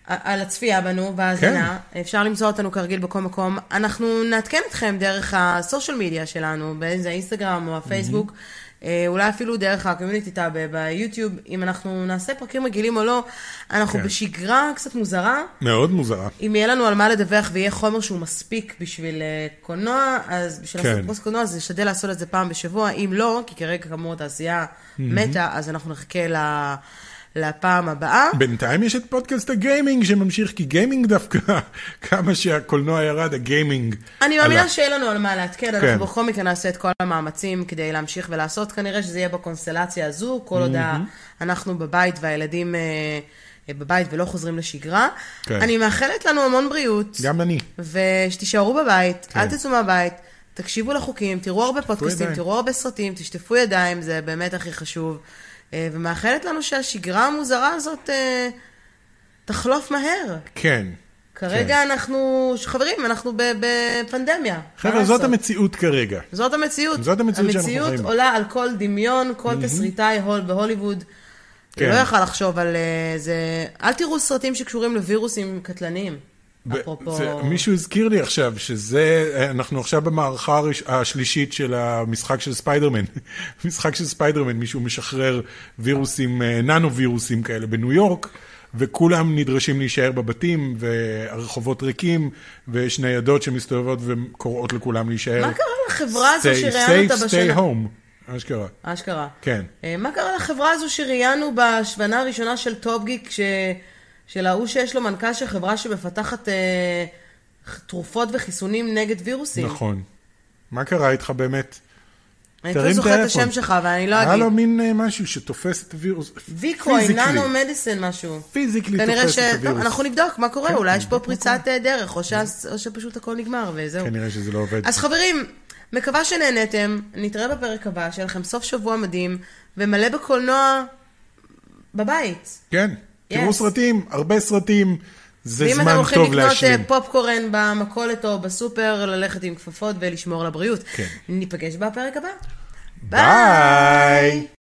Speaker 1: ע- על הצפייה בנו וההאזנה.
Speaker 2: כן.
Speaker 1: אפשר למצוא אותנו כרגיל בכל מקום. אנחנו נעדכן אתכם דרך הסושיאל מדיה שלנו, בין זה האינסטגרם או הפייסבוק.
Speaker 2: Mm-hmm.
Speaker 1: אה, אולי אפילו דרך הקומיוניטי טאב אה, ביוטיוב, אם אנחנו נעשה פרקים רגילים או לא, אנחנו
Speaker 2: כן.
Speaker 1: בשגרה קצת מוזרה,
Speaker 2: מאוד מוזרה.
Speaker 1: אם יהיה לנו על מה לדווח ויהיה חומר שהוא מספיק בשביל אה, קולנוע, אז בשביל
Speaker 2: כן.
Speaker 1: לעשות פוסט קולנוע, אז נשתדל לעשות את זה פעם בשבוע. אם לא, כי כרגע כאמור התעשייה מתה, אז אנחנו נחכה ל... לפעם הבאה.
Speaker 2: בינתיים יש את פודקאסט הגיימינג שממשיך, כי גיימינג דווקא, כמה שהקולנוע ירד, הגיימינג
Speaker 1: אני
Speaker 2: עלה.
Speaker 1: מאמינה שיהיה לנו על מה לעדכן,
Speaker 2: כן.
Speaker 1: אנחנו בכל מקרה נעשה את כל המאמצים כדי להמשיך ולעשות, כנראה שזה יהיה בקונסטלציה הזו, כל עוד ה- אנחנו בבית והילדים אה, אה, בבית ולא חוזרים לשגרה.
Speaker 2: כן.
Speaker 1: אני מאחלת לנו המון בריאות,
Speaker 2: גם אני.
Speaker 1: ושתישארו בבית, אל תצאו מהבית, תקשיבו לחוקים, תראו הרבה פודקאסטים,
Speaker 2: כן. ידיים.
Speaker 1: תראו הרבה סרטים, תשטפו ידיים, זה באמת הכי חשוב. אה, ומאחלת לנו שהשגרה המוזרה הזאת אה, תחלוף מהר.
Speaker 2: כן.
Speaker 1: כרגע אנחנו, חברים, אנחנו ב- בפנדמיה. מה
Speaker 2: חבר'ה,
Speaker 1: לעשות?
Speaker 2: זאת המציאות כרגע.
Speaker 1: זאת המציאות.
Speaker 2: זאת המציאות שאנחנו חיים
Speaker 1: המציאות
Speaker 2: בה.
Speaker 1: עולה על כל דמיון, כל תסריטאי הול בהוליווד.
Speaker 2: כן.
Speaker 1: לא יכל לחשוב על אה, זה. אל תראו סרטים שקשורים לווירוסים קטלניים.
Speaker 2: ו-
Speaker 1: אפרופו...
Speaker 2: זה- מישהו הזכיר לי עכשיו שזה, אה, אנחנו עכשיו במערכה הראש- השלישית של המשחק של ספיידרמן. משחק של ספיידרמן, מישהו משחרר וירוסים, אה, ננו וירוסים כאלה בניו יורק, וכולם נדרשים להישאר בבתים, והרחובות ריקים, ויש ניידות שמסתובבות וקוראות לכולם להישאר.
Speaker 1: מה קרה לחברה הזו
Speaker 2: Stay
Speaker 1: שראיינו אותה
Speaker 2: safe,
Speaker 1: בשנה?
Speaker 2: stay home, אשכרה.
Speaker 1: אשכרה.
Speaker 2: כן.
Speaker 1: אה, מה קרה לחברה הזו שראיינו בשנה הראשונה של טופגיק, ש... של ההוא שיש לו מנכ"ל של חברה שמפתחת אה, תרופות וחיסונים נגד וירוסים?
Speaker 2: נכון. מה קרה איתך באמת?
Speaker 1: אני
Speaker 2: תרים
Speaker 1: פשוט
Speaker 2: את
Speaker 1: זוכרת את
Speaker 2: האייפון.
Speaker 1: השם שלך, ואני לא
Speaker 2: היה
Speaker 1: אגיד.
Speaker 2: לו מין אה, משהו שתופס את הווירוס.
Speaker 1: ויקוי,
Speaker 2: physically.
Speaker 1: ננו מדיסן משהו.
Speaker 2: פיזיקלי
Speaker 1: כנראה
Speaker 2: תופס
Speaker 1: ש...
Speaker 2: את
Speaker 1: טוב,
Speaker 2: הווירוס. כן,
Speaker 1: אנחנו נבדוק מה קורה, אולי יש פה פריצת אה, דרך, או שאז- או שפשוט הכל נגמר וזהו.
Speaker 2: כנראה שזה לא עובד.
Speaker 1: אז חברים, מקווה שנהנתם, נתראה בפרק הבא, שיהיה לכם סוף שבוע מדהים, ומלא בקולנוע בבית.
Speaker 2: כן, תראו סרטים, הרבה סרטים, זה
Speaker 1: ואם אתם
Speaker 2: זמן
Speaker 1: הולכים
Speaker 2: טוב
Speaker 1: לקנות
Speaker 2: להשלים.
Speaker 1: אה, פופקורן במכולת או בסופר, ללכת עם כפפות ולשמור על הבריאות.
Speaker 2: כן.
Speaker 1: ניפגש בפרק הבא.
Speaker 2: ביי!